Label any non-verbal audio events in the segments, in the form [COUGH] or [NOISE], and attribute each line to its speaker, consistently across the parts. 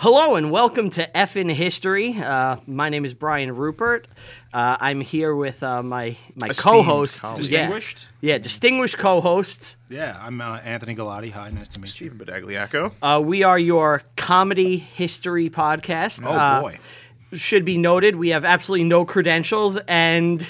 Speaker 1: Hello and welcome to F in History. Uh, my name is Brian Rupert. Uh, I'm here with uh, my my
Speaker 2: Esteemed
Speaker 1: co-hosts.
Speaker 2: colleague.
Speaker 1: Yeah.
Speaker 3: Distinguished?
Speaker 1: yeah, distinguished co-hosts.
Speaker 3: Yeah, I'm uh, Anthony Galati. Hi, nice to meet you.
Speaker 2: Stephen Bedagliaco.
Speaker 1: Uh, we are your comedy history podcast.
Speaker 3: Oh
Speaker 1: Uh,
Speaker 3: boy,
Speaker 1: Should be noted, we have absolutely no credentials, and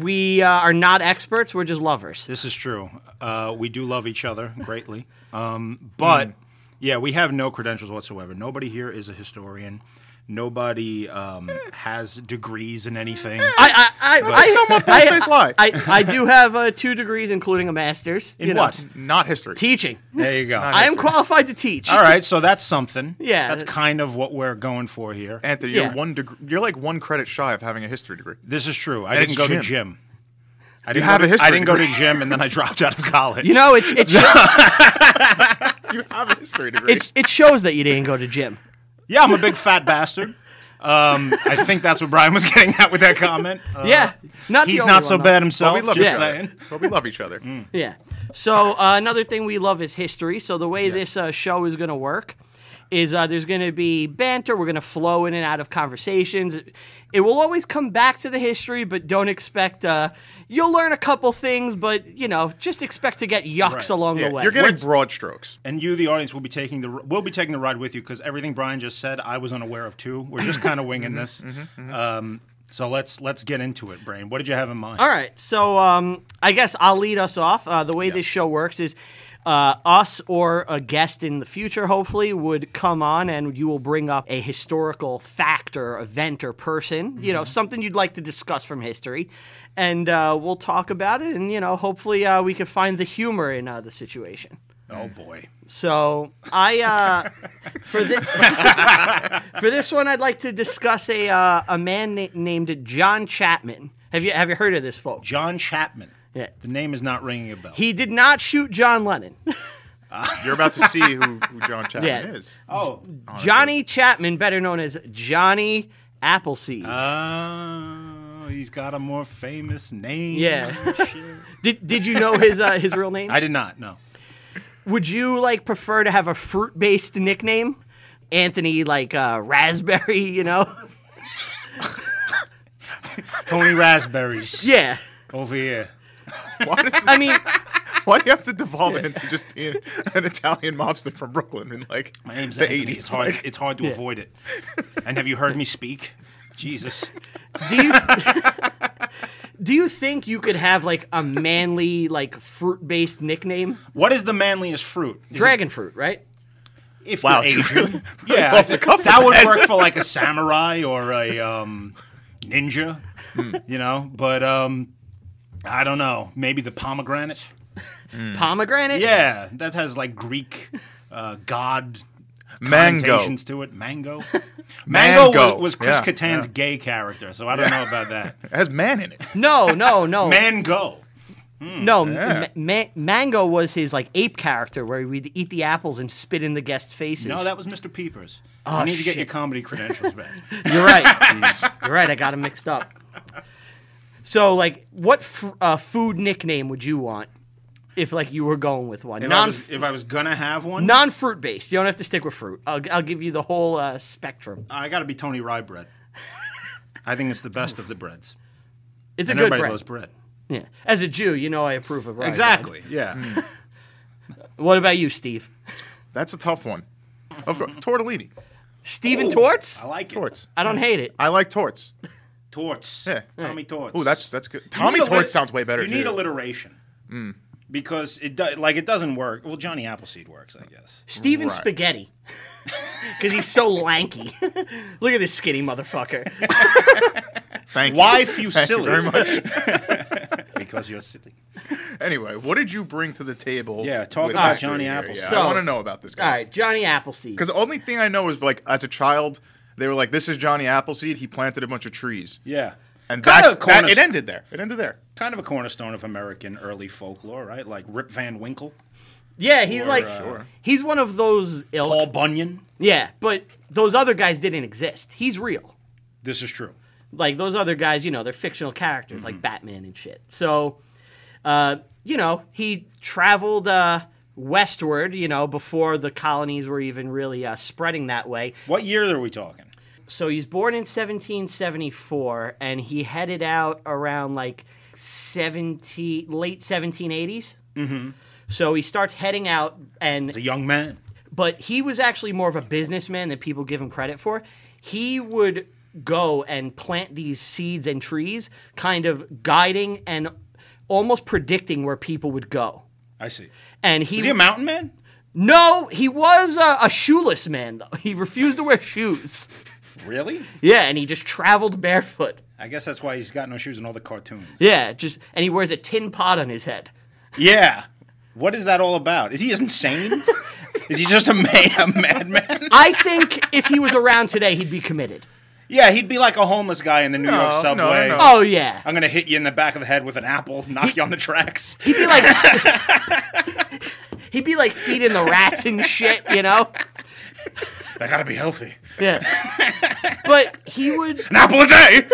Speaker 1: we uh, are not experts. We're just lovers.
Speaker 3: this is true. Uh, we do love each other greatly, [LAUGHS] um,
Speaker 2: Mm.
Speaker 3: but yeah, we have no credentials whatsoever. Nobody here is a historian. Nobody um, has degrees in anything.
Speaker 1: I I I, I,
Speaker 2: somewhat
Speaker 1: I,
Speaker 2: bold-faced lie.
Speaker 1: I, I do have uh, two degrees, including a master's.
Speaker 3: In
Speaker 1: you know.
Speaker 3: what?
Speaker 2: Not history.
Speaker 1: Teaching.
Speaker 3: There you go.
Speaker 1: I am qualified to teach.
Speaker 3: All right, so that's
Speaker 2: [LAUGHS]
Speaker 3: something.
Speaker 1: Yeah.
Speaker 3: that's kind of what we're going for here.
Speaker 2: Anthony, you're
Speaker 1: Yeah.
Speaker 2: one deg You're like one credit shy of having a history degree. [LAUGHS]
Speaker 3: This is true. I
Speaker 2: And
Speaker 3: didn't
Speaker 2: it's
Speaker 3: go to
Speaker 2: gym.
Speaker 3: gym. I didn't
Speaker 2: have
Speaker 3: go
Speaker 2: a
Speaker 3: to,
Speaker 2: history
Speaker 3: I didn't go to
Speaker 2: degree.
Speaker 3: gym, and then I
Speaker 2: [LAUGHS]
Speaker 3: dropped out of college.
Speaker 1: You know, it, it,
Speaker 3: [LAUGHS]
Speaker 2: You have a history degree.
Speaker 1: it, it shows that you didn't go to gym.
Speaker 3: yeah, I'm a big fat bastard. Um, I think that's what Brian was getting at with
Speaker 2: [LAUGHS]
Speaker 3: that comment. Uh,
Speaker 1: yeah, not the
Speaker 3: He's
Speaker 1: only
Speaker 3: not so
Speaker 1: one,
Speaker 3: bad
Speaker 2: but
Speaker 3: himself.
Speaker 2: we love
Speaker 3: just
Speaker 2: each
Speaker 3: saying. Mm.
Speaker 2: other. But we love each other.
Speaker 1: though. Yeah. So uh, another thing we love is history. So the way this uh, show is going to work is uh, there's going to be banter. We're going to flow in and out of conversations. It, it will always come back to the history, but don't expect. Uh, you'll learn a couple things, but you know, just expect to get yucks
Speaker 3: Right.
Speaker 1: along
Speaker 2: Yeah,
Speaker 1: the way.
Speaker 2: you're getting broad strokes.
Speaker 3: And you, the audience, will be taking the will be taking the ride with you because everything Brian just said, I was unaware of too. We're just kind of winging this. Um, so let's let's get into it, Brian. What did you have in mind?
Speaker 1: All right. So um, I guess I'll lead us off. Uh, the way this show works is uh, us or a guest in the future, hopefully, would come on and you will bring up a historical fact or event or person, you know, something you'd like to discuss from history. And uh, we'll talk about it. And, you know, hopefully uh, we can find the humor in uh, the situation.
Speaker 3: Oh boy,
Speaker 1: So I uh, for this [LAUGHS] for this one, I'd like to discuss a uh, a man na- named John Chapman. Have you have you heard of this, folks?
Speaker 3: John Chapman.
Speaker 1: Yeah.
Speaker 3: The name is not ringing a bell.
Speaker 1: He did not shoot John Lennon.
Speaker 2: You're about to see who, who John Chapman
Speaker 1: Yeah.
Speaker 2: is.
Speaker 3: oh,
Speaker 1: Johnny Chapman, better known as Johnny Appleseed.
Speaker 3: Uh, oh, he's got a more famous name. [LAUGHS]
Speaker 1: Yeah.
Speaker 3: Shit.
Speaker 1: did Did you know his uh, his real name?
Speaker 3: I did not know.
Speaker 1: Would you like prefer to have a fruit based nickname, Anthony like uh, Raspberry? You
Speaker 3: [LAUGHS]
Speaker 1: know?
Speaker 3: Tony
Speaker 1: [LAUGHS]
Speaker 3: Raspberries
Speaker 1: Yeah.
Speaker 3: over here.
Speaker 2: Why, does,
Speaker 1: I mean,
Speaker 2: why do you have to devolve it into just being an Italian mobster from Brooklyn in like
Speaker 3: My name's
Speaker 2: the
Speaker 3: Anthony.
Speaker 2: 80s?
Speaker 3: It's hard.
Speaker 2: Like,
Speaker 3: It's hard to avoid it. And have you heard me speak? Jesus.
Speaker 1: do you [LAUGHS] do you think you could have like a manly like fruit based nickname?
Speaker 3: What is the manliest fruit? Is it-
Speaker 1: Dragon fruit, right?
Speaker 3: if
Speaker 2: Wow,
Speaker 3: wow, you're [LAUGHS] Asian, yeah,
Speaker 2: off the cuff
Speaker 3: that
Speaker 2: with
Speaker 3: would
Speaker 2: that.
Speaker 3: work
Speaker 2: [LAUGHS]
Speaker 3: for like a samurai or a um, ninja,
Speaker 2: Hmm.
Speaker 3: you know. But um, I don't know. Maybe the pomegranate.
Speaker 1: Pomegranate.
Speaker 3: Hmm. Yeah, that has like Greek uh, god
Speaker 2: mango.
Speaker 3: connotations to
Speaker 2: [LAUGHS]
Speaker 3: it. Mango. Mango,
Speaker 2: Mango.
Speaker 3: was, was Chris
Speaker 2: Yeah,
Speaker 3: Kattan's gay character, so I don't know
Speaker 2: [LAUGHS]
Speaker 3: about that.
Speaker 2: It has man in it.
Speaker 1: No, no, no.
Speaker 3: Mango.
Speaker 1: No, m-
Speaker 2: Yeah.
Speaker 1: ma- Mango was his like ape character where we'd eat the apples and spit in the guests' faces.
Speaker 3: No, that was Mr. Peepers.
Speaker 2: Ah,
Speaker 3: I need to get your comedy
Speaker 2: [LAUGHS]
Speaker 3: credentials back.
Speaker 1: You're
Speaker 3: [LAUGHS]
Speaker 1: right. You're right. I got him mixed up. So, like, what f- uh, food nickname would you want if like you were going with one?
Speaker 3: If, I
Speaker 1: Non
Speaker 3: was, if I was gonna have one,
Speaker 1: non fruit based. You don't have to stick with fruit. I'll, I'll give you the whole uh, spectrum.
Speaker 3: I got to be Tony Rye bread. I think it's the best of the breads.
Speaker 1: It's a
Speaker 3: And
Speaker 1: good
Speaker 3: everybody
Speaker 1: bread.
Speaker 3: loves bread.
Speaker 1: Yeah. As a Jew, you know I approve of rye
Speaker 3: Exactly. Mm. Yeah.
Speaker 1: bread. What about you, Steve?
Speaker 2: That's a tough one. Of course, tortellini,
Speaker 1: Steven Torts?
Speaker 3: I like it.
Speaker 2: torts.
Speaker 1: I don't hate it.
Speaker 2: I like torts.
Speaker 3: Torts.
Speaker 2: Yeah.
Speaker 3: Tommy Torts.
Speaker 2: Oh, that's that's good.
Speaker 3: You need
Speaker 2: Tommy
Speaker 3: allit-
Speaker 2: torts sounds way better. Mm.
Speaker 3: You need
Speaker 2: dude.
Speaker 3: alliteration. Because it do- like it doesn't work. Well, Johnny Appleseed works, I guess.
Speaker 1: Steven
Speaker 2: Right.
Speaker 1: Spaghetti. [LAUGHS] Because he's so lanky. [LAUGHS] Look at this skinny
Speaker 3: [LAUGHS]
Speaker 1: motherfucker.
Speaker 2: [LAUGHS] Thank you.
Speaker 3: Why you silly?
Speaker 1: [LAUGHS]
Speaker 2: very much.
Speaker 3: because you're silly.
Speaker 2: Anyway, what did you bring to the table?
Speaker 3: Yeah, talk
Speaker 2: with
Speaker 3: about
Speaker 2: history
Speaker 3: Johnny
Speaker 2: here?
Speaker 3: Appleseed.
Speaker 2: Yeah,
Speaker 1: So-
Speaker 2: I want to know about this
Speaker 1: All
Speaker 2: guy.
Speaker 1: right, Johnny Appleseed.
Speaker 2: Because the only thing I know is like as a child, they were like, "This is Johnny Appleseed. He planted a bunch of trees."
Speaker 3: Yeah.
Speaker 2: And
Speaker 3: Kind
Speaker 2: that's
Speaker 3: of a
Speaker 2: that,
Speaker 3: cornerst-
Speaker 2: it. Ended there. It ended there.
Speaker 3: Kind of a cornerstone of American early folklore, right? Like Rip Van Winkle,
Speaker 1: yeah, he's
Speaker 3: Or,
Speaker 1: like
Speaker 3: uh, Sure.
Speaker 1: he's one of those
Speaker 2: Oh.
Speaker 1: ilk.
Speaker 3: Paul Bunyan.
Speaker 1: Yeah, but those other guys didn't exist. He's real.
Speaker 3: This is true.
Speaker 1: Like those other guys, you know, they're fictional characters
Speaker 3: Mm-hmm.
Speaker 1: like Batman and shit. So, uh, you know, he traveled uh, westward, you know, before the colonies were even really uh, spreading that way.
Speaker 3: What year are we talking?
Speaker 1: So he's born in 1774 and he headed out around like 17 late 1780s. Mm-hmm. So he starts heading out and
Speaker 3: As a young man.
Speaker 1: but he was actually more of a businessman than people give him credit for. He would go and plant these seeds and trees, kind of guiding and almost predicting where people would go.
Speaker 3: I see.
Speaker 1: And
Speaker 3: Is he a mountain man?
Speaker 1: no, he was a, a shoeless man though. [LAUGHS] He refused to wear shoes.
Speaker 3: Really?
Speaker 1: Yeah, and he just traveled barefoot.
Speaker 3: I guess that's why he's got no shoes in all the cartoons.
Speaker 1: Yeah, just and he wears a tin pot on his head.
Speaker 3: Yeah. What is that all about? Is he [LAUGHS] insane? is he just a, ma- a madman?
Speaker 1: I think if he was around today, he'd be committed.
Speaker 3: Yeah, he'd be like a homeless guy in the New York
Speaker 2: No, no,
Speaker 3: subway.
Speaker 2: no, no.
Speaker 1: Oh yeah.
Speaker 3: I'm gonna hit you in the back of the head with an apple, knock you on the [LAUGHS] tracks.
Speaker 1: He'd be like He'd be like [LAUGHS] feeding the rats and shit, you know?
Speaker 3: I gotta be healthy.
Speaker 1: Yeah. But he would
Speaker 3: An apple a day.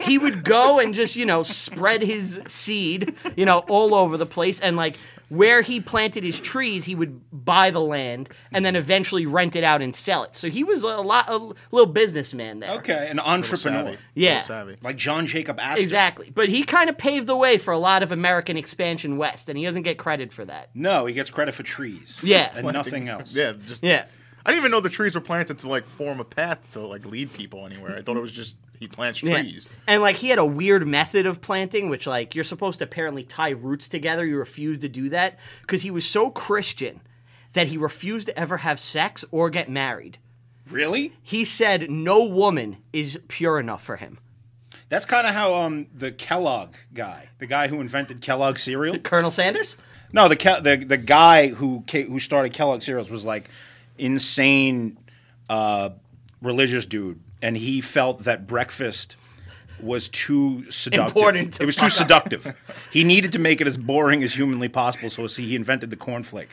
Speaker 1: he would go and just, you know, spread his seed, you know, all over the place and like where he planted his trees, he would buy the land and then eventually rent it out and sell it. So he was a lot a little businessman there.
Speaker 3: Okay, an
Speaker 2: Savvy.
Speaker 3: entrepreneur
Speaker 1: Yeah.
Speaker 2: Little Savvy.
Speaker 3: like John Jacob Astor.
Speaker 1: Exactly. But he kind of paved the way for a lot of American expansion west and he doesn't get credit for that.
Speaker 3: No, he gets credit for trees.
Speaker 1: Yeah.
Speaker 3: and nothing else.
Speaker 2: Yeah, just
Speaker 1: Yeah.
Speaker 2: I didn't even know the trees were planted to like form a path to like lead people anywhere. I thought it was just he plants
Speaker 1: Yeah.
Speaker 2: trees.
Speaker 1: And like he had a weird method of planting, which like you're supposed to apparently tie roots together. You refuse to do that because he was so Christian that he refused to ever have sex or get married.
Speaker 3: Really?
Speaker 1: He said no woman is pure enough for him.
Speaker 3: That's kind of how um the Kellogg guy, the guy who invented Kellogg cereal.
Speaker 1: Colonel Sanders?
Speaker 3: No, the Ke- the the guy who ca- who started Kellogg cereals was like insane uh, religious dude, and he felt that breakfast was too seductive.
Speaker 1: Important to
Speaker 3: it was too
Speaker 1: fuck up.
Speaker 3: seductive. he needed to make it as boring as humanly possible, so he invented
Speaker 1: [LAUGHS]
Speaker 3: the cornflake.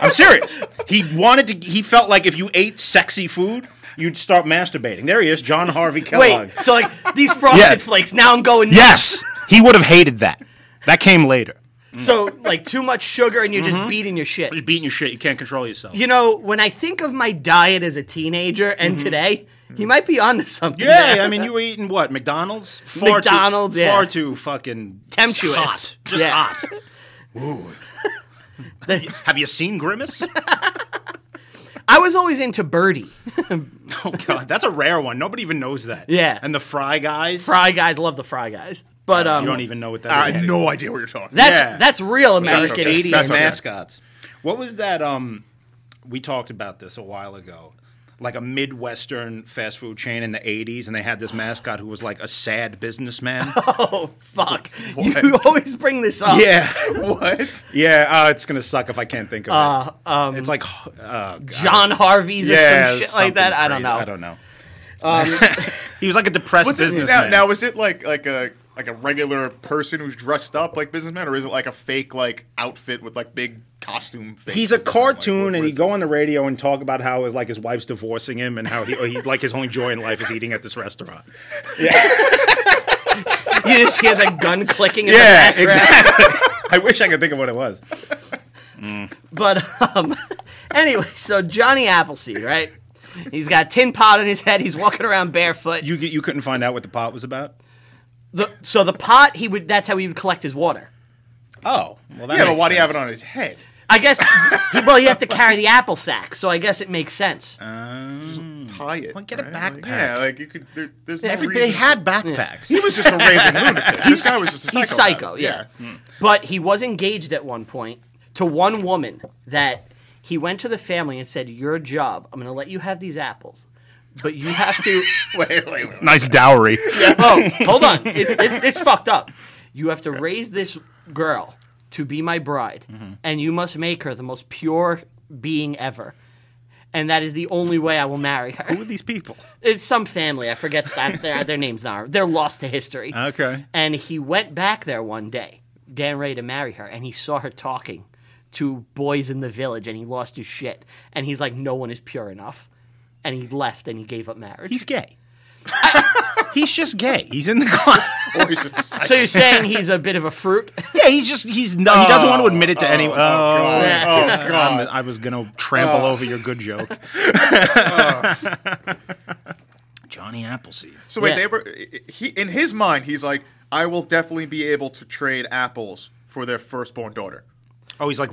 Speaker 3: I'm serious. He wanted to. He felt like if you ate sexy food, you'd start masturbating. There he is, John Harvey Kellogg.
Speaker 1: Wait, so like these frosted
Speaker 3: Yeah.
Speaker 1: flakes, now I'm going
Speaker 3: Yes, he would have hated that. That came later.
Speaker 1: So like too much sugar and you're just beating your shit.
Speaker 4: You're beating your shit. You can't control yourself.
Speaker 1: You know, when I think of my diet as a teenager and today, he might be onto something.
Speaker 3: Mm-hmm. Yeah,
Speaker 1: there.
Speaker 3: I mean, you were eating what? McDonald's? Far
Speaker 1: McDonald's,
Speaker 3: too,
Speaker 1: yeah.
Speaker 3: Far too fucking
Speaker 1: Temptuous.
Speaker 3: Hot. Just
Speaker 1: Yeah. [LAUGHS]
Speaker 3: hot. Ooh. Have you seen Grimace?
Speaker 1: [LAUGHS] I was always into Birdie.
Speaker 3: Oh god, that's a rare one. Nobody even knows that.
Speaker 1: Yeah.
Speaker 3: And the Fry guys.
Speaker 1: Fry guys love the Fry guys, but um,
Speaker 3: You don't even know what
Speaker 2: I
Speaker 3: that is.
Speaker 2: had no idea what you're talking.
Speaker 1: that's
Speaker 3: Yeah.
Speaker 1: that's real
Speaker 3: That's
Speaker 1: American
Speaker 2: okay.
Speaker 1: eighties.
Speaker 2: That's okay.
Speaker 3: mascots. What was that? Um, we talked about this a while ago. Like a Midwestern fast food chain in the '80s, and they had this mascot who was like a sad
Speaker 1: [LAUGHS]
Speaker 3: businessman.
Speaker 1: Oh
Speaker 3: [LAUGHS]
Speaker 1: fuck! You always bring this up.
Speaker 3: yeah,
Speaker 2: about. [LAUGHS] What?
Speaker 3: yeah. Uh, it's gonna suck if I can't think of it.
Speaker 1: um,
Speaker 3: It's like oh, God.
Speaker 1: John Harvey's or some shit
Speaker 3: something
Speaker 1: like that. I don't
Speaker 3: crazy.
Speaker 1: know.
Speaker 3: I don't know. [LAUGHS] he was like a depressed
Speaker 2: Was it, now,
Speaker 3: businessman.
Speaker 2: now is it like like a like a regular person who's dressed up like businessman, or is it like a fake like outfit with like big costume? Faces
Speaker 3: he's a
Speaker 2: and, like, what-
Speaker 3: cartoon,
Speaker 2: what
Speaker 3: and
Speaker 2: is
Speaker 3: he'd go
Speaker 2: this?
Speaker 3: on the radio and talk about how his like his wife's divorcing him, and how he, he like his only joy in life is eating at this restaurant.
Speaker 1: [LAUGHS] You just hear the gun clicking. In
Speaker 3: [LAUGHS] Yeah,
Speaker 1: the background.
Speaker 3: exactly. [LAUGHS] I wish I could think of what it was.
Speaker 1: But um, [LAUGHS] anyway, so Johnny Appleseed, right? He's got tin pot on his head. He's walking around barefoot.
Speaker 3: You you couldn't find out what the pot was about.
Speaker 1: The- so the pot, he would. That's how he would collect his water.
Speaker 3: Oh, well, that
Speaker 2: Yeah, but
Speaker 3: makes
Speaker 2: why do you have it
Speaker 3: sense.
Speaker 2: on his head?
Speaker 1: I guess. He, well, he has to carry the apple sack, so I guess it makes sense.
Speaker 2: Tie it.
Speaker 3: Well, get a
Speaker 2: right? Like,
Speaker 3: backpack.
Speaker 2: yeah, like you could. There, there's no
Speaker 3: Every-
Speaker 2: reason.
Speaker 3: they had backpacks.
Speaker 2: He was just a raving lunatic. This guy was just a psycho.
Speaker 1: He's psycho, yeah. But he was engaged at one point to one woman that he went to the family and said, "Your job. I'm going to let you have these apples, but you have to."
Speaker 2: [LAUGHS] Wait, wait, wait. wait.
Speaker 3: [LAUGHS] Nice dowry.
Speaker 1: oh, hold on. It's, it's, it's fucked up. You have to raise this girl to be my bride, and you must make her the most pure being ever. And that is the only way I will marry
Speaker 3: Who
Speaker 1: her.
Speaker 3: are these people?
Speaker 1: It's some family. I forget [LAUGHS] that their, their names now. They're lost to history.
Speaker 3: Okay.
Speaker 1: And he went back there one day, Dan Ray to marry her, and he saw her talking to boys in the village, and he lost his shit. And he's like, no one is pure enough. And he left and he gave up marriage.
Speaker 3: He's gay. [LAUGHS] He's just gay. He's in the class.
Speaker 2: Or he's
Speaker 3: [LAUGHS]
Speaker 2: just a psycho.
Speaker 1: [LAUGHS] So you're saying he's a bit of a fruit?
Speaker 3: Yeah, he's just he's no, he doesn't want to admit it to anyone.
Speaker 2: God. Oh,
Speaker 3: I'm-
Speaker 2: God.
Speaker 3: I was gonna trample over your good joke. [LAUGHS] Johnny Appleseed.
Speaker 2: So wait,
Speaker 1: Yeah.
Speaker 2: they were he in his mind. He's like, I will definitely be able to trade apples for their firstborn daughter.
Speaker 3: Oh, he's like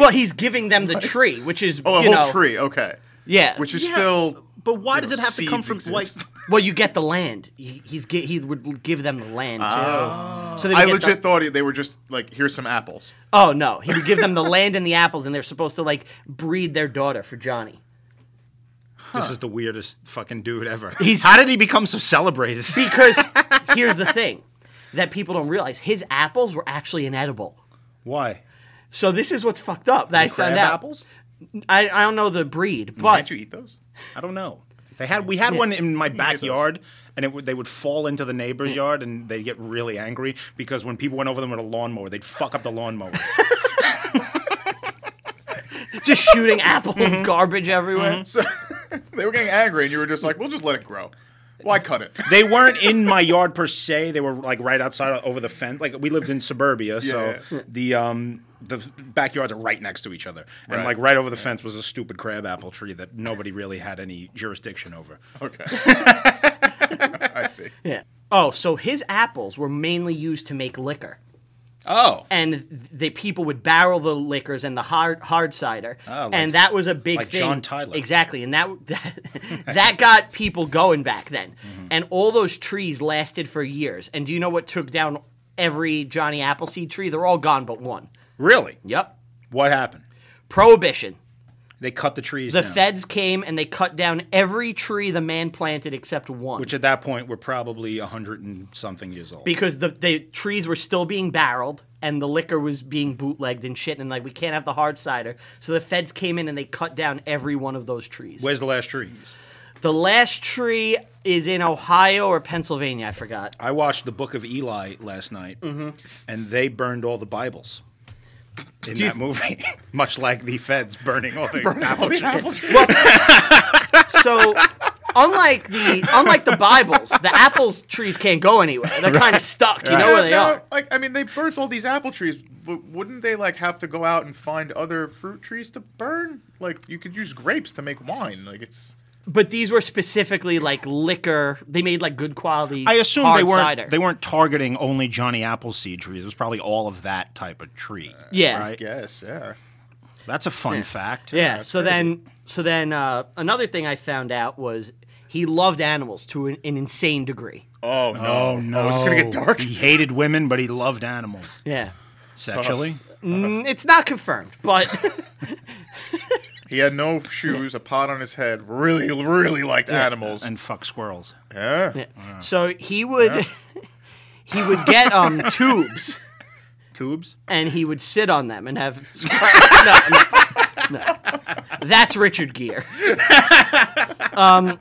Speaker 1: [LAUGHS] Well, he's giving them the tree, which is
Speaker 2: Oh, a
Speaker 1: you
Speaker 2: whole
Speaker 1: know,
Speaker 2: tree. Okay.
Speaker 1: Yeah.
Speaker 2: Which is
Speaker 3: Yeah,
Speaker 2: still.
Speaker 3: but why
Speaker 2: you
Speaker 3: does
Speaker 2: know,
Speaker 3: it have to come
Speaker 2: seeds
Speaker 3: from
Speaker 2: exist.
Speaker 3: like?
Speaker 1: Well, you get the land. He, he's gi- he would give them the land too. So they would
Speaker 2: Oh. I
Speaker 1: get
Speaker 2: legit
Speaker 1: the-
Speaker 2: thought they were just like, here's some apples.
Speaker 1: oh no, he would give them the land and the apples, and they're supposed to like breed their daughter for Johnny.
Speaker 3: This is the weirdest fucking dude ever.
Speaker 1: He's-
Speaker 3: How did he become so celebrated?
Speaker 1: Because here's the thing that people don't realize: his apples were actually inedible.
Speaker 3: Why?
Speaker 1: So this is what's fucked up that I
Speaker 3: Crab
Speaker 1: found out.
Speaker 3: apples?
Speaker 1: I, I don't know the breed,
Speaker 2: Can't
Speaker 1: but
Speaker 2: you eat those? [LAUGHS]
Speaker 3: I don't know. They had we had one in my backyard, and it would, they would fall into the neighbor's yard, and they'd get really angry because when people went over them with a lawnmower, they'd fuck up the lawnmower.
Speaker 1: just shooting apple garbage everywhere.
Speaker 2: So they were getting angry, and you were just like, we'll just let it grow. Why cut it? [LAUGHS]
Speaker 3: they weren't in my yard per se. They were like right outside over the fence. Like we lived in suburbia, so
Speaker 2: yeah.
Speaker 3: the um the backyards are right next to each other, and
Speaker 2: Right.
Speaker 3: like right over the fence was a stupid crab apple tree that nobody really had any jurisdiction over.
Speaker 1: [LAUGHS]
Speaker 2: Okay. I see.
Speaker 1: Yeah. Oh, so his apples were mainly used to make liquor.
Speaker 3: Oh,
Speaker 1: and the people would barrel the liquors and the hard hard cider,
Speaker 3: Ah, like-
Speaker 1: and that was a big
Speaker 3: like
Speaker 1: thing.
Speaker 3: John Tyler.
Speaker 1: exactly, and that [LAUGHS] that, that got people going back then.
Speaker 3: Mm-hmm.
Speaker 1: And all those trees lasted for years. And do you know what took down every Johnny Appleseed tree? They're all gone but one.
Speaker 3: really?
Speaker 1: Yep,
Speaker 3: What happened?
Speaker 1: prohibition.
Speaker 3: They cut the trees.
Speaker 1: The
Speaker 3: down,
Speaker 1: feds came and they cut down every tree the man planted except one.
Speaker 3: which at that point were probably a hundred and something years old.
Speaker 1: because the, the trees were still being barreled and the liquor was being bootlegged and shit and like we can't have the hard cider so the feds came in and they cut down every one of those trees
Speaker 3: Where's the last trees?
Speaker 1: the last tree is in ohio or pennsylvania i forgot
Speaker 3: I watched the Book of Eli last night, and they burned all the Bibles in
Speaker 1: you
Speaker 3: that movie, [LAUGHS] much like the feds [LAUGHS] burning all the apple
Speaker 1: [LAUGHS]
Speaker 2: [LAUGHS]
Speaker 3: trees.
Speaker 1: so unlike the unlike the bibles the apples trees can't go anywhere they're kind of stuck you know where they
Speaker 2: Yeah, no,
Speaker 1: are
Speaker 2: Like, I mean, they birthed all these apple trees, but wouldn't they like have to go out and find other fruit trees to burn? Like, you could use grapes to make wine. Like, it's
Speaker 1: but these were specifically like liquor they made like good quality
Speaker 3: I assume
Speaker 1: hard
Speaker 3: they weren't
Speaker 1: cider.
Speaker 3: they weren't targeting only Johnny Appleseed trees. It was probably all of that type of tree.
Speaker 1: yeah
Speaker 3: right?
Speaker 2: yes, yeah.
Speaker 3: That's a fun fact.
Speaker 1: Yeah. so then, so then, uh, another thing I found out was he loved animals to an, an insane degree.
Speaker 2: Oh no,
Speaker 3: Oh no!
Speaker 2: it's gonna get
Speaker 1: [LAUGHS]
Speaker 2: dark.
Speaker 3: He hated women, but he loved animals
Speaker 1: Yeah.
Speaker 3: sexually.
Speaker 1: Mm, it's not confirmed, but
Speaker 2: He had no shoes, a pot on his head. Really, really liked animals.
Speaker 3: and fuck squirrels.
Speaker 2: yeah.
Speaker 1: [LAUGHS] so he would, [LAUGHS] he would get um tubes
Speaker 3: Tubes.
Speaker 1: and he would sit on them and have. [LAUGHS] no, no, no. That's Richard Gere. Um,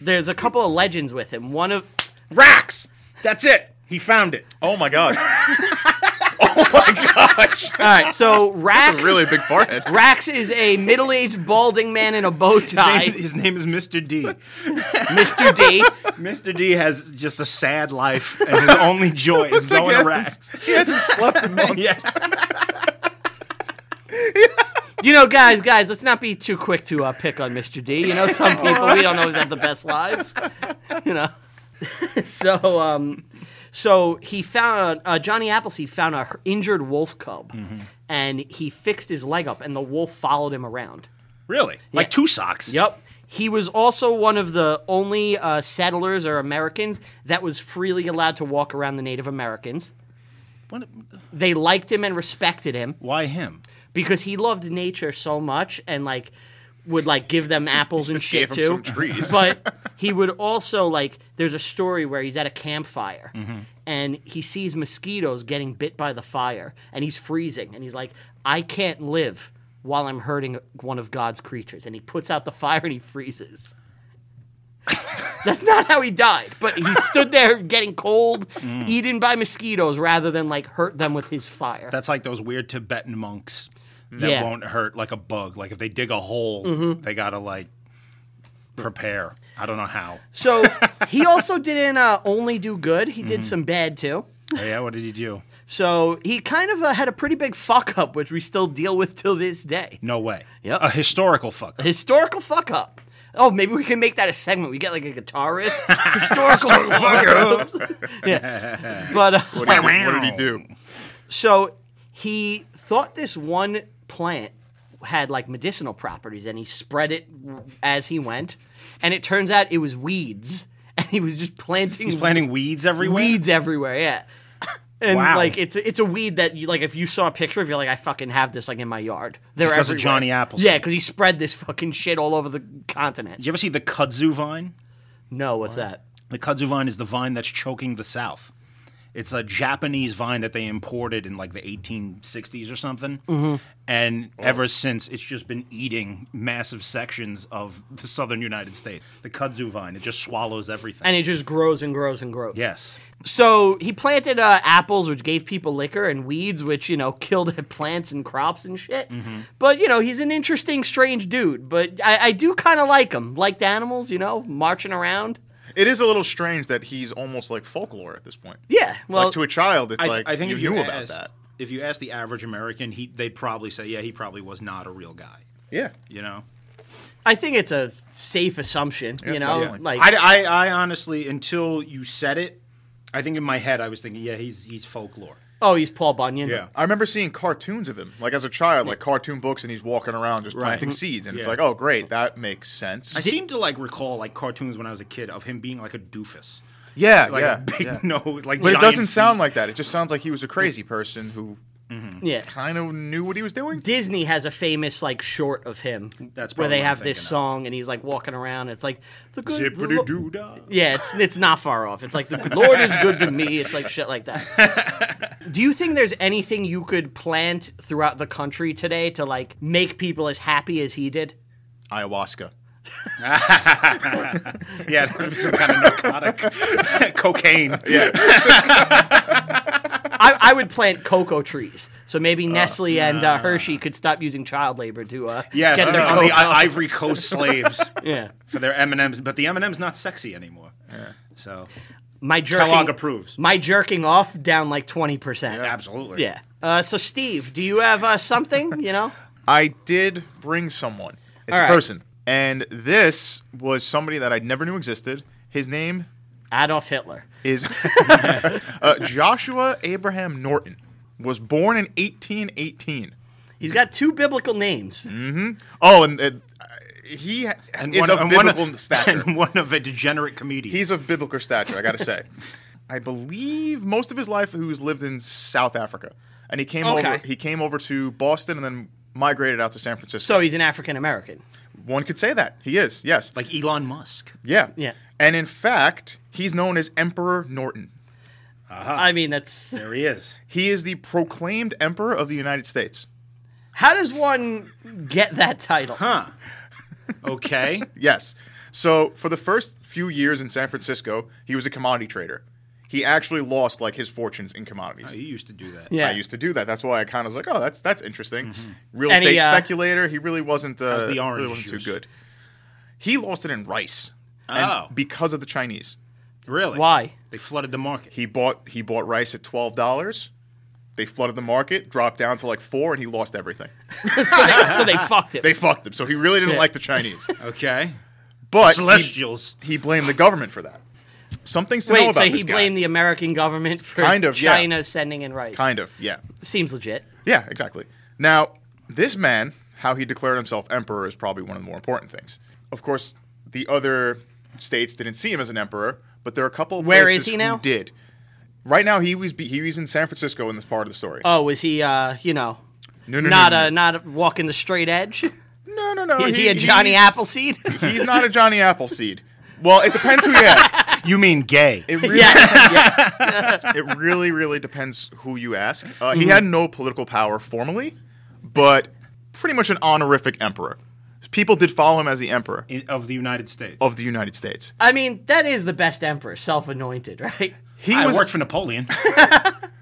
Speaker 1: there's a couple of legends with him. One of
Speaker 3: Rocks. That's it. He
Speaker 2: [LAUGHS]
Speaker 3: found it.
Speaker 2: Oh my
Speaker 3: [LAUGHS]
Speaker 2: god,
Speaker 1: all right, so Rax.
Speaker 2: really big [LAUGHS] forehead.
Speaker 1: Rax is a middle-aged balding man in a bow tie,
Speaker 3: His name is Mr. [LAUGHS] D.
Speaker 1: Mr. D.
Speaker 3: Mr. D has just a sad life, and [LAUGHS] his only joy is going to racks.
Speaker 2: He hasn't slept
Speaker 3: [LAUGHS]
Speaker 2: in months.
Speaker 3: Yeah.
Speaker 1: You know, guys, guys, let's not be too quick to uh, pick on Mr. D. You know, some people we don't always have the best lives. [LAUGHS] You know, so um, so he found uh, Johnny Appleseed found a h- injured wolf cub, and he fixed his leg up, and the wolf followed him around.
Speaker 3: Really? Like two socks.
Speaker 1: Yep. He was also one of the only uh, settlers or Americans that was freely allowed to walk around the Native Americans.
Speaker 3: What-
Speaker 1: They liked him and respected him
Speaker 3: Why him?
Speaker 1: because he loved nature so much and like would like give
Speaker 2: [LAUGHS]
Speaker 1: them apples and shit
Speaker 2: gave
Speaker 1: too.
Speaker 2: him some trees. [LAUGHS]
Speaker 1: but he would also like there's a story where he's at a campfire
Speaker 2: Mm-hmm.
Speaker 1: and he sees mosquitoes getting bit by the fire and he's freezing and he's like I can't live while I'm hurting one of God's creatures and he puts out the fire and he
Speaker 2: [LAUGHS]
Speaker 1: freezes. That's not how he died, but he stood there getting cold,
Speaker 2: Mm.
Speaker 1: eaten by mosquitoes rather than like hurt them with his fire.
Speaker 3: That's like those weird Tibetan monks that
Speaker 1: Yeah. Mm-hmm.
Speaker 3: won't hurt like a bug. Like if they dig a hole, they gotta like prepare. I don't know how.
Speaker 1: So he also didn't uh, only do good; he did some bad too.
Speaker 3: Oh, yeah, what did he do?
Speaker 1: So he kind of uh, had a pretty big fuck up, which we still deal with till this day.
Speaker 3: No way.
Speaker 1: Yep.
Speaker 3: A
Speaker 1: [LAUGHS]
Speaker 3: historical fuck.
Speaker 1: Historical fuck up. Oh, maybe we can make that a segment. We get like a guitar riff. Historical fuck
Speaker 3: fuck
Speaker 1: ups. yeah. But uh,
Speaker 2: What did, he, do- what did he do?
Speaker 1: So he thought this one plant had like medicinal properties and he spread it as he went. And it turns out it was weeds. And he was just planting,
Speaker 3: He's planting weeds everywhere.
Speaker 1: weeds everywhere.
Speaker 3: [LAUGHS]
Speaker 1: Yeah. And
Speaker 3: Wow.
Speaker 1: like it's it's a weed that you like if you saw a picture of you're like I fucking have this like in my yard. They're
Speaker 3: Because of
Speaker 1: everywhere.
Speaker 3: Johnny Appleseed.
Speaker 1: Yeah, because he spread this fucking shit all over the continent.
Speaker 3: Did you ever see the kudzu vine?
Speaker 1: No, what's that?
Speaker 3: The kudzu vine is the vine that's choking the South. It's a Japanese vine that they imported in like the 1860s or something. And ever since, it's just been eating massive sections of the southern United States. The kudzu vine, it just swallows everything.
Speaker 1: And it just grows and grows and grows.
Speaker 3: yes.
Speaker 1: So he planted uh, apples, which gave people liquor, and weeds, which you know [LAUGHS] killed plants and crops and shit.
Speaker 3: Mm-hmm.
Speaker 1: But you know he's an interesting, strange dude. But I, I do kind of like him, liked animals, you know, marching around.
Speaker 2: It is a little strange that he's almost like folklore at this point.
Speaker 1: Yeah, well,
Speaker 2: like to a child, it's
Speaker 3: I,
Speaker 2: like
Speaker 3: I think
Speaker 2: you
Speaker 3: if you
Speaker 2: knew
Speaker 3: asked,
Speaker 2: about that.
Speaker 3: If you ask the average American, he, they'd probably say, yeah, he probably was not a real guy.
Speaker 2: Yeah.
Speaker 3: You know?
Speaker 1: I think it's a safe assumption. you know,
Speaker 2: definitely.
Speaker 1: like
Speaker 3: I, I, I honestly, until you said it, I think in my head I was thinking, yeah, he's, he's folklore.
Speaker 1: oh, he's Paul Bunyan.
Speaker 3: Yeah.
Speaker 2: I remember seeing cartoons of him, like as a child, like cartoon books, and he's walking around just planting seeds, and it's
Speaker 3: Yeah.
Speaker 2: like, oh, great, that makes sense.
Speaker 3: I seem to like recall like cartoons when I was a kid of him being like a doofus,
Speaker 2: yeah,
Speaker 3: like
Speaker 2: yeah,
Speaker 3: a big [LAUGHS]
Speaker 2: yeah.
Speaker 3: nose, like.
Speaker 2: But it
Speaker 3: giant
Speaker 2: doesn't
Speaker 3: [LAUGHS] feet.
Speaker 2: sound like that. It just sounds like he was a crazy person who
Speaker 1: Mm-hmm. yeah.
Speaker 2: kind of knew what he was doing.
Speaker 1: Disney has a famous like short of him
Speaker 3: That's
Speaker 1: where they
Speaker 3: probably what I'm
Speaker 1: have this
Speaker 3: thinking of.
Speaker 1: song and he's like walking around. It's like the good
Speaker 3: Zippity doo dah.
Speaker 1: Yeah, it's it's not far off. It's like the Lord is good to me. It's like shit like that.
Speaker 3: [LAUGHS]
Speaker 1: Do you think there's anything you could plant throughout the country today to like make people as happy as he did?
Speaker 2: Ayahuasca.
Speaker 3: Yeah, that'd be [LAUGHS] some kind of
Speaker 2: [LAUGHS]
Speaker 3: narcotic, cocaine. Yeah,
Speaker 1: I, I would plant cocoa trees. So maybe Nestle and uh, Hershey could stop using child labor to uh,
Speaker 3: yes,
Speaker 1: get
Speaker 3: on
Speaker 1: their
Speaker 3: the,
Speaker 1: cocoa.
Speaker 3: I- Ivory Coast slaves
Speaker 1: yeah,
Speaker 3: for their M and M's, but the M and M's not sexy anymore. So
Speaker 1: my jerking,
Speaker 3: Kellogg approves.
Speaker 1: My jerking off down like twenty percent. Yeah.
Speaker 3: Absolutely.
Speaker 1: Uh, so Steve, do you have uh, something? You
Speaker 2: [LAUGHS]
Speaker 1: know.
Speaker 2: I did bring someone. It's
Speaker 1: All
Speaker 2: a
Speaker 1: right.
Speaker 2: person, and this was somebody that I never knew existed. His name
Speaker 1: Adolf Hitler.
Speaker 2: is [LAUGHS] uh, Joshua Abraham Norton. Was born in 1818.
Speaker 1: He's got two biblical names.
Speaker 2: Oh, and uh, he ha- is
Speaker 3: one-
Speaker 2: of
Speaker 3: and one
Speaker 2: biblical stature.
Speaker 3: [LAUGHS] And one of a degenerate comedian.
Speaker 2: He's of biblical stature, I gotta say. [LAUGHS] I believe most of his life he was lived in South Africa, and he came
Speaker 1: Okay.
Speaker 2: over. He came over to Boston and then migrated out to San Francisco.
Speaker 1: So he's an African American.
Speaker 2: One could say that he is. Yes.
Speaker 3: like Elon Musk.
Speaker 2: yeah.
Speaker 1: Yeah.
Speaker 2: And in fact, he's known as Emperor Norton. Ah.
Speaker 1: I mean, that's
Speaker 3: There he is.
Speaker 2: He is the proclaimed emperor of the United States.
Speaker 1: how does one get that title?
Speaker 3: Huh.
Speaker 2: [LAUGHS]
Speaker 3: Okay.
Speaker 2: Yes. So for the first few years in San Francisco, he was a commodity trader. He actually lost like his fortunes in commodities.
Speaker 3: you used to do that.
Speaker 1: Yeah.
Speaker 2: I used to do that. That's why I kind of was like, oh, that's that's interesting. Real
Speaker 1: And he,
Speaker 2: estate
Speaker 1: uh,
Speaker 2: speculator. He really wasn't. Uh,
Speaker 3: was the orange
Speaker 2: really wasn't
Speaker 3: juice.
Speaker 2: too good. He lost it in rice.
Speaker 3: Oh.
Speaker 2: because of the Chinese, [LAUGHS]
Speaker 3: Really?
Speaker 1: Why?
Speaker 3: They flooded the market.
Speaker 2: he bought he bought rice at twelve dollars. They flooded the market, dropped down to like four, and he lost everything.
Speaker 1: so, they, so they fucked it.
Speaker 2: They fucked him, so he really didn't
Speaker 1: Yeah.
Speaker 2: like the Chinese. [LAUGHS]
Speaker 3: Okay.
Speaker 2: But he,
Speaker 3: Celestials.
Speaker 2: he blamed the government for that. Some things to know
Speaker 1: Wait,
Speaker 2: about
Speaker 1: so he
Speaker 2: this guy.
Speaker 1: blamed the American government for
Speaker 2: Kind of, yeah.
Speaker 1: China sending in rice.
Speaker 2: kind of, yeah,
Speaker 1: Seems legit.
Speaker 2: yeah, exactly. Now, this man, how he declared himself emperor, is probably one of the more important things. Of course, the other states didn't see him as an emperor, but there are a couple. Of
Speaker 1: Where
Speaker 2: places
Speaker 1: is he
Speaker 2: who
Speaker 1: now?
Speaker 2: Did right now he was be- he was in San Francisco in this part of the story.
Speaker 1: Oh, was he? Uh, you know,
Speaker 2: no, no,
Speaker 1: not
Speaker 2: no,
Speaker 1: a not a walking the straight edge.
Speaker 2: no, no, no.
Speaker 1: Is he, a Johnny
Speaker 2: he's- [LAUGHS]
Speaker 1: Appleseed?
Speaker 2: He's not a Johnny Appleseed. Well, it depends who [LAUGHS] you
Speaker 1: [LAUGHS]
Speaker 2: ask.
Speaker 3: You mean gay?
Speaker 2: It really,
Speaker 1: yeah.
Speaker 2: it really, really depends who you ask. Uh,
Speaker 3: Mm-hmm.
Speaker 2: He had no political power formally, but pretty much an honorific emperor. People did follow him as the emperor
Speaker 3: of the United States.
Speaker 2: of the United States.
Speaker 1: I mean, that is the best emperor, self-anointed, right?
Speaker 2: He
Speaker 3: I
Speaker 2: was
Speaker 3: worked
Speaker 1: [LAUGHS]
Speaker 3: for Napoleon.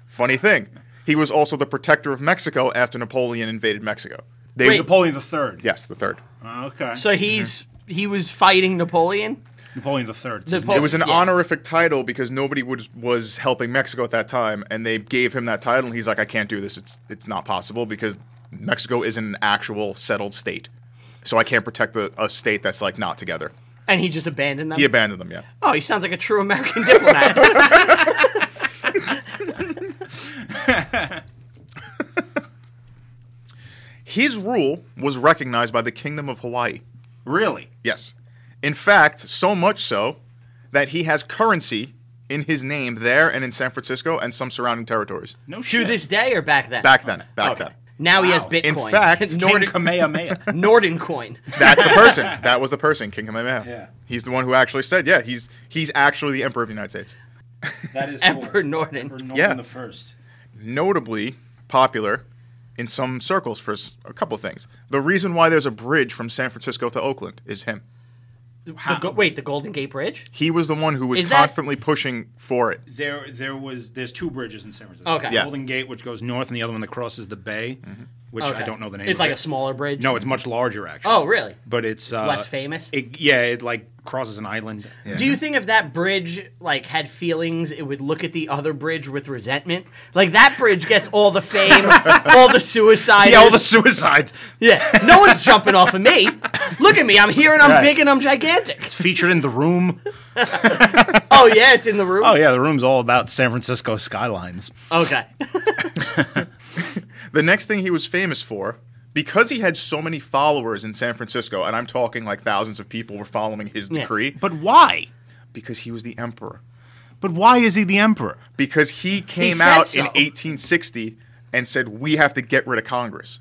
Speaker 2: funny thing. He was also the protector of Mexico after Napoleon invaded Mexico. They
Speaker 1: Wait.
Speaker 3: Napoleon the Third. Oh,
Speaker 2: yes, the third.
Speaker 3: Okay.
Speaker 1: So he's he was fighting Napoleon.
Speaker 3: Napoleon III. it's his
Speaker 1: Napoleon-
Speaker 2: It was an
Speaker 1: Yeah.
Speaker 2: honorific title because nobody was was helping Mexico at that time, and they gave him that title. And he's like, I can't do this. It's it's not possible because Mexico isn't an actual settled state, so I can't protect a, a state that's like not together.
Speaker 1: And he just abandoned them.
Speaker 2: He abandoned them. Yeah,
Speaker 1: oh, he sounds like a true American [LAUGHS] diplomat.
Speaker 2: his rule was recognized by the Kingdom of Hawaii.
Speaker 3: Really?
Speaker 2: Yes, in fact, so much so that he has currency in his name there and in San Francisco and some surrounding territories.
Speaker 3: No
Speaker 1: to
Speaker 3: shit.
Speaker 1: this day or back then?
Speaker 2: Back then, back
Speaker 1: Okay.
Speaker 2: then.
Speaker 1: Now he has
Speaker 3: Wow.
Speaker 1: Bitcoin.
Speaker 2: In fact,
Speaker 1: It's [LAUGHS]
Speaker 3: King
Speaker 1: Norden,
Speaker 3: Kamehameha.
Speaker 1: Norden
Speaker 3: [LAUGHS]
Speaker 1: coin.
Speaker 2: That's
Speaker 1: [LAUGHS]
Speaker 2: the person. That was the person, King Kamehameha.
Speaker 3: Yeah.
Speaker 2: He's the one who actually said, yeah, he's he's actually the Emperor of the United States.
Speaker 1: [LAUGHS]
Speaker 3: That is
Speaker 1: Emperor Norton.
Speaker 3: Emperor Norton
Speaker 2: Yeah.
Speaker 3: the first.
Speaker 2: Notably popular in some circles for s- a couple of things. The reason why there's a bridge from San Francisco to Oakland is him.
Speaker 1: The go- wait, the Golden Gate Bridge?
Speaker 2: He was the one who was
Speaker 1: Is that-
Speaker 2: constantly pushing for it.
Speaker 3: There, there was. There's two bridges in San Francisco.
Speaker 1: Okay.
Speaker 2: Yeah. Mm-hmm.
Speaker 3: Golden Gate, which goes north, and the other one that crosses the bay, which I
Speaker 1: Okay.
Speaker 3: don't know the name.
Speaker 1: It's
Speaker 3: of
Speaker 1: like
Speaker 3: it.
Speaker 1: a smaller bridge.
Speaker 3: No, it's much larger actually.
Speaker 1: Oh, really?
Speaker 3: but it's, uh,
Speaker 1: less famous?
Speaker 3: It, yeah, it like crosses an island.
Speaker 1: Do you think if that bridge like had feelings, it would look at the other bridge with resentment? Like that bridge gets all the
Speaker 3: [LAUGHS]
Speaker 1: fame, all the suicide.
Speaker 3: Yeah, all the suicides [LAUGHS]
Speaker 1: yeah. [LAUGHS] No one's jumping off of me. Look at me. I'm here and I'm
Speaker 3: Right.
Speaker 1: big and I'm gigantic.
Speaker 3: featured in the room.
Speaker 1: Oh yeah, it's in the room.
Speaker 3: Oh yeah, the room's all about San Francisco skylines.
Speaker 1: Okay.
Speaker 2: The next thing he was famous for, because he had so many followers in San Francisco, and I'm talking like thousands of people were following his
Speaker 1: Yeah.
Speaker 2: decree,
Speaker 3: But why?
Speaker 2: because he was the emperor.
Speaker 3: But why is he the emperor?
Speaker 2: because he came
Speaker 1: said
Speaker 2: out
Speaker 1: so.
Speaker 2: in 1860 and said we have to get rid of Congress.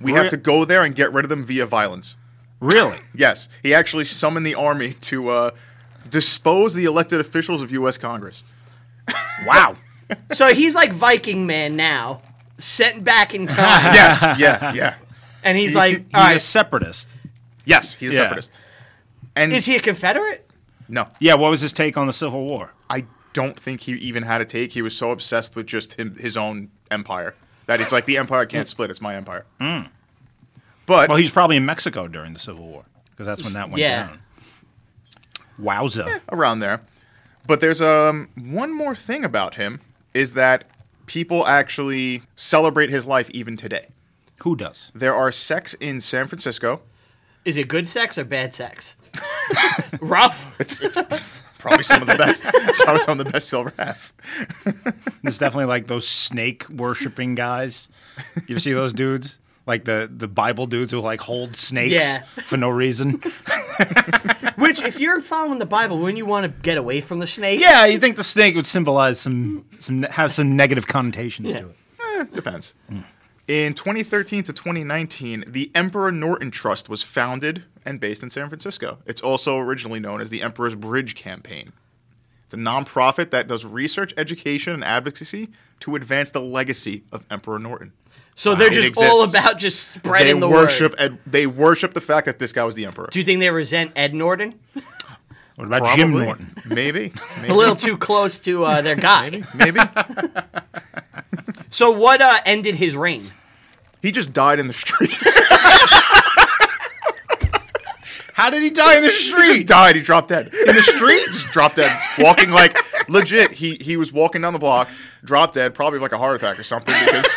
Speaker 2: We
Speaker 3: Re-
Speaker 2: have to go there and get rid of them via violence.
Speaker 3: [LAUGHS] Really?
Speaker 2: Yes, he actually summoned the army [LAUGHS] to uh, dispose the elected officials of U.S. Congress.
Speaker 3: Wow.
Speaker 1: so he's like Viking man now, sent back in time, [LAUGHS]
Speaker 2: Yes, [LAUGHS] yeah, yeah,
Speaker 1: and he's like,
Speaker 3: He's
Speaker 1: all
Speaker 3: a
Speaker 1: right,
Speaker 3: separatist.
Speaker 2: yes. He's a
Speaker 3: Yeah.
Speaker 2: separatist. And
Speaker 1: is he a Confederate?
Speaker 2: no,
Speaker 3: Yeah. What was his take on the Civil War?
Speaker 2: I don't think he even had a take. He was so obsessed with just him, his own empire that it's like the empire can't split. It's my empire. But
Speaker 3: Hmm. Well, he was probably in Mexico during the Civil War because that's when that went
Speaker 1: Yeah.
Speaker 3: down. Wowza.
Speaker 1: [LAUGHS]
Speaker 2: around there. But there's um one more thing about him is that people actually celebrate his life even today.
Speaker 3: Who does?
Speaker 2: There are sects in San Francisco.
Speaker 1: Is it good sex or bad sex? [LAUGHS] Rough.
Speaker 2: It's,
Speaker 3: [LAUGHS]
Speaker 2: it's probably some of the best. It's probably some of the best silver half.
Speaker 3: It's definitely like those snake worshipping guys. You see those dudes? Like the, the Bible dudes who like hold snakes
Speaker 1: Yeah.
Speaker 3: for no
Speaker 1: [LAUGHS]
Speaker 3: reason.
Speaker 1: Which, if you're following the Bible, wouldn't you want to get away from the snake?
Speaker 3: Yeah, you think the snake would symbolize some some have some negative connotations to it.
Speaker 2: Depends. In 2013 to 2019, the Emperor Norton Trust was founded and based in San Francisco. It's also originally known as the Emperor's Bridge Campaign. It's a nonprofit that does research, education, and advocacy to advance the legacy of Emperor Norton.
Speaker 1: So they're
Speaker 2: It
Speaker 1: just all
Speaker 2: exists.
Speaker 1: about just
Speaker 2: They
Speaker 1: spreading the
Speaker 2: worship
Speaker 1: word.
Speaker 2: Ed, they worship the fact that this guy was the emperor.
Speaker 1: Do you think they resent Ed Norton?
Speaker 3: What about
Speaker 2: Probably.
Speaker 3: Jim Norton?
Speaker 1: [LAUGHS]
Speaker 2: Maybe. Maybe.
Speaker 1: A little too close to uh, their guy.
Speaker 2: [LAUGHS] maybe.
Speaker 1: [LAUGHS] so what uh, ended his reign?
Speaker 2: He just died in the street. [LAUGHS]
Speaker 3: How did he die in the street?
Speaker 2: he just died. He dropped dead in the street. Just dropped dead, walking like legit. He he was walking down the block, dropped dead, probably like a heart attack or something because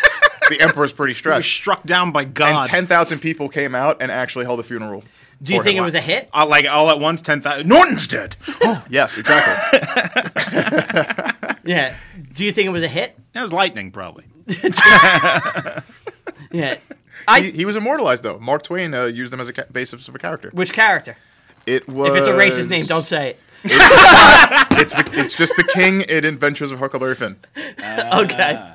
Speaker 2: the
Speaker 1: [LAUGHS]
Speaker 2: emperor's
Speaker 1: Oh,
Speaker 2: pretty
Speaker 3: was
Speaker 2: stressed.
Speaker 3: struck down by God.
Speaker 2: And ten thousand people came out and actually held a funeral.
Speaker 1: Do you
Speaker 2: for
Speaker 1: think
Speaker 2: him.
Speaker 1: it was a hit?
Speaker 3: Uh, like all at once, ten thousand. Norton's [LAUGHS] dead. Oh,
Speaker 2: Yes, exactly.
Speaker 1: Yeah. Do you think it was a hit?
Speaker 3: that was lightning, probably.
Speaker 1: Yeah. [LAUGHS] I
Speaker 2: he, he was immortalized though. Mark Twain uh, used him as a ca- basis of a character.
Speaker 1: which character?
Speaker 2: It was
Speaker 1: If it's a racist name, don't say it.
Speaker 2: It's the, it's just the king in Adventures of Huckleberry Finn.
Speaker 1: [LAUGHS] okay.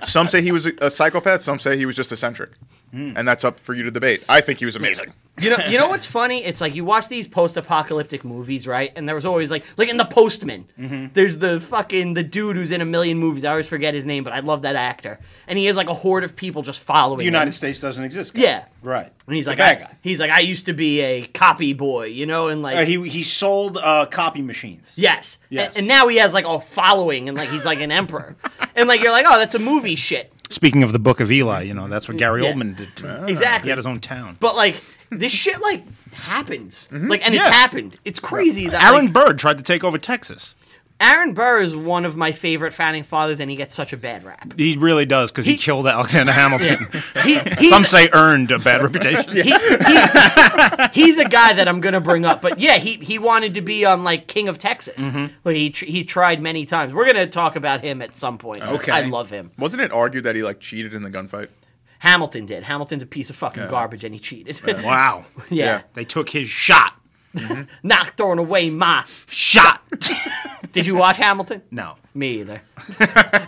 Speaker 2: Some say he was a, a psychopath. Some say he was just eccentric, and that's up for you to debate. I think he was amazing.
Speaker 1: You know, you know what's funny? It's like you watch these post-apocalyptic movies, right? And there was always like, like in The Postman, there's the fucking the dude who's in a million movies. I always forget his name, but I love that actor. And he has like a horde of people just following.
Speaker 3: The
Speaker 1: him.
Speaker 3: United States doesn't exist. guy.
Speaker 1: Yeah.
Speaker 3: right.
Speaker 1: And he's
Speaker 3: The
Speaker 1: like,
Speaker 3: bad
Speaker 1: I,
Speaker 3: guy.
Speaker 1: he's like, I used to be a copy boy, you know, and like,
Speaker 3: Uh, he he sold uh, copy machines.
Speaker 1: yes,
Speaker 3: Yes.
Speaker 1: And, and now he has like a following, and like he's like an emperor, and like you're like, oh, that's a movie shit.
Speaker 3: Speaking of the Book of Eli, you know that's what Gary
Speaker 1: Yeah.
Speaker 3: Oldman did. Too.
Speaker 1: Exactly.
Speaker 3: He had his own town.
Speaker 1: But like this shit like happens. Like and
Speaker 3: Mm-hmm. Yeah.
Speaker 1: it's happened. It's crazy that
Speaker 3: Aaron
Speaker 1: like,
Speaker 3: Burr tried to take over Texas.
Speaker 1: Aaron Burr is one of my favorite founding fathers and he gets such a bad rap.
Speaker 3: He really does because he,
Speaker 1: He- [LAUGHS]
Speaker 3: killed Alexander Hamilton.
Speaker 1: He, he's,
Speaker 3: Some say earned a bad reputation.
Speaker 1: he, he- he's a guy that I'm gonna bring up, but yeah, he he wanted to be um like king of Texas.
Speaker 3: Mm-hmm.
Speaker 1: Like he tr- he tried many times. We're gonna talk about him at some point.
Speaker 3: Okay.
Speaker 1: I love him.
Speaker 2: Wasn't it argued that he like cheated in the gunfight?
Speaker 1: Hamilton did. Hamilton's a piece of fucking garbage, and he cheated. [LAUGHS] [LAUGHS] Yeah.
Speaker 3: Wow.
Speaker 2: Yeah.
Speaker 3: They took his shot.
Speaker 1: not throwing away
Speaker 3: [LAUGHS]
Speaker 1: my. [LAUGHS]
Speaker 3: Shot.
Speaker 1: Did you watch Hamilton?
Speaker 3: no.
Speaker 1: Me
Speaker 3: [LAUGHS]
Speaker 1: either.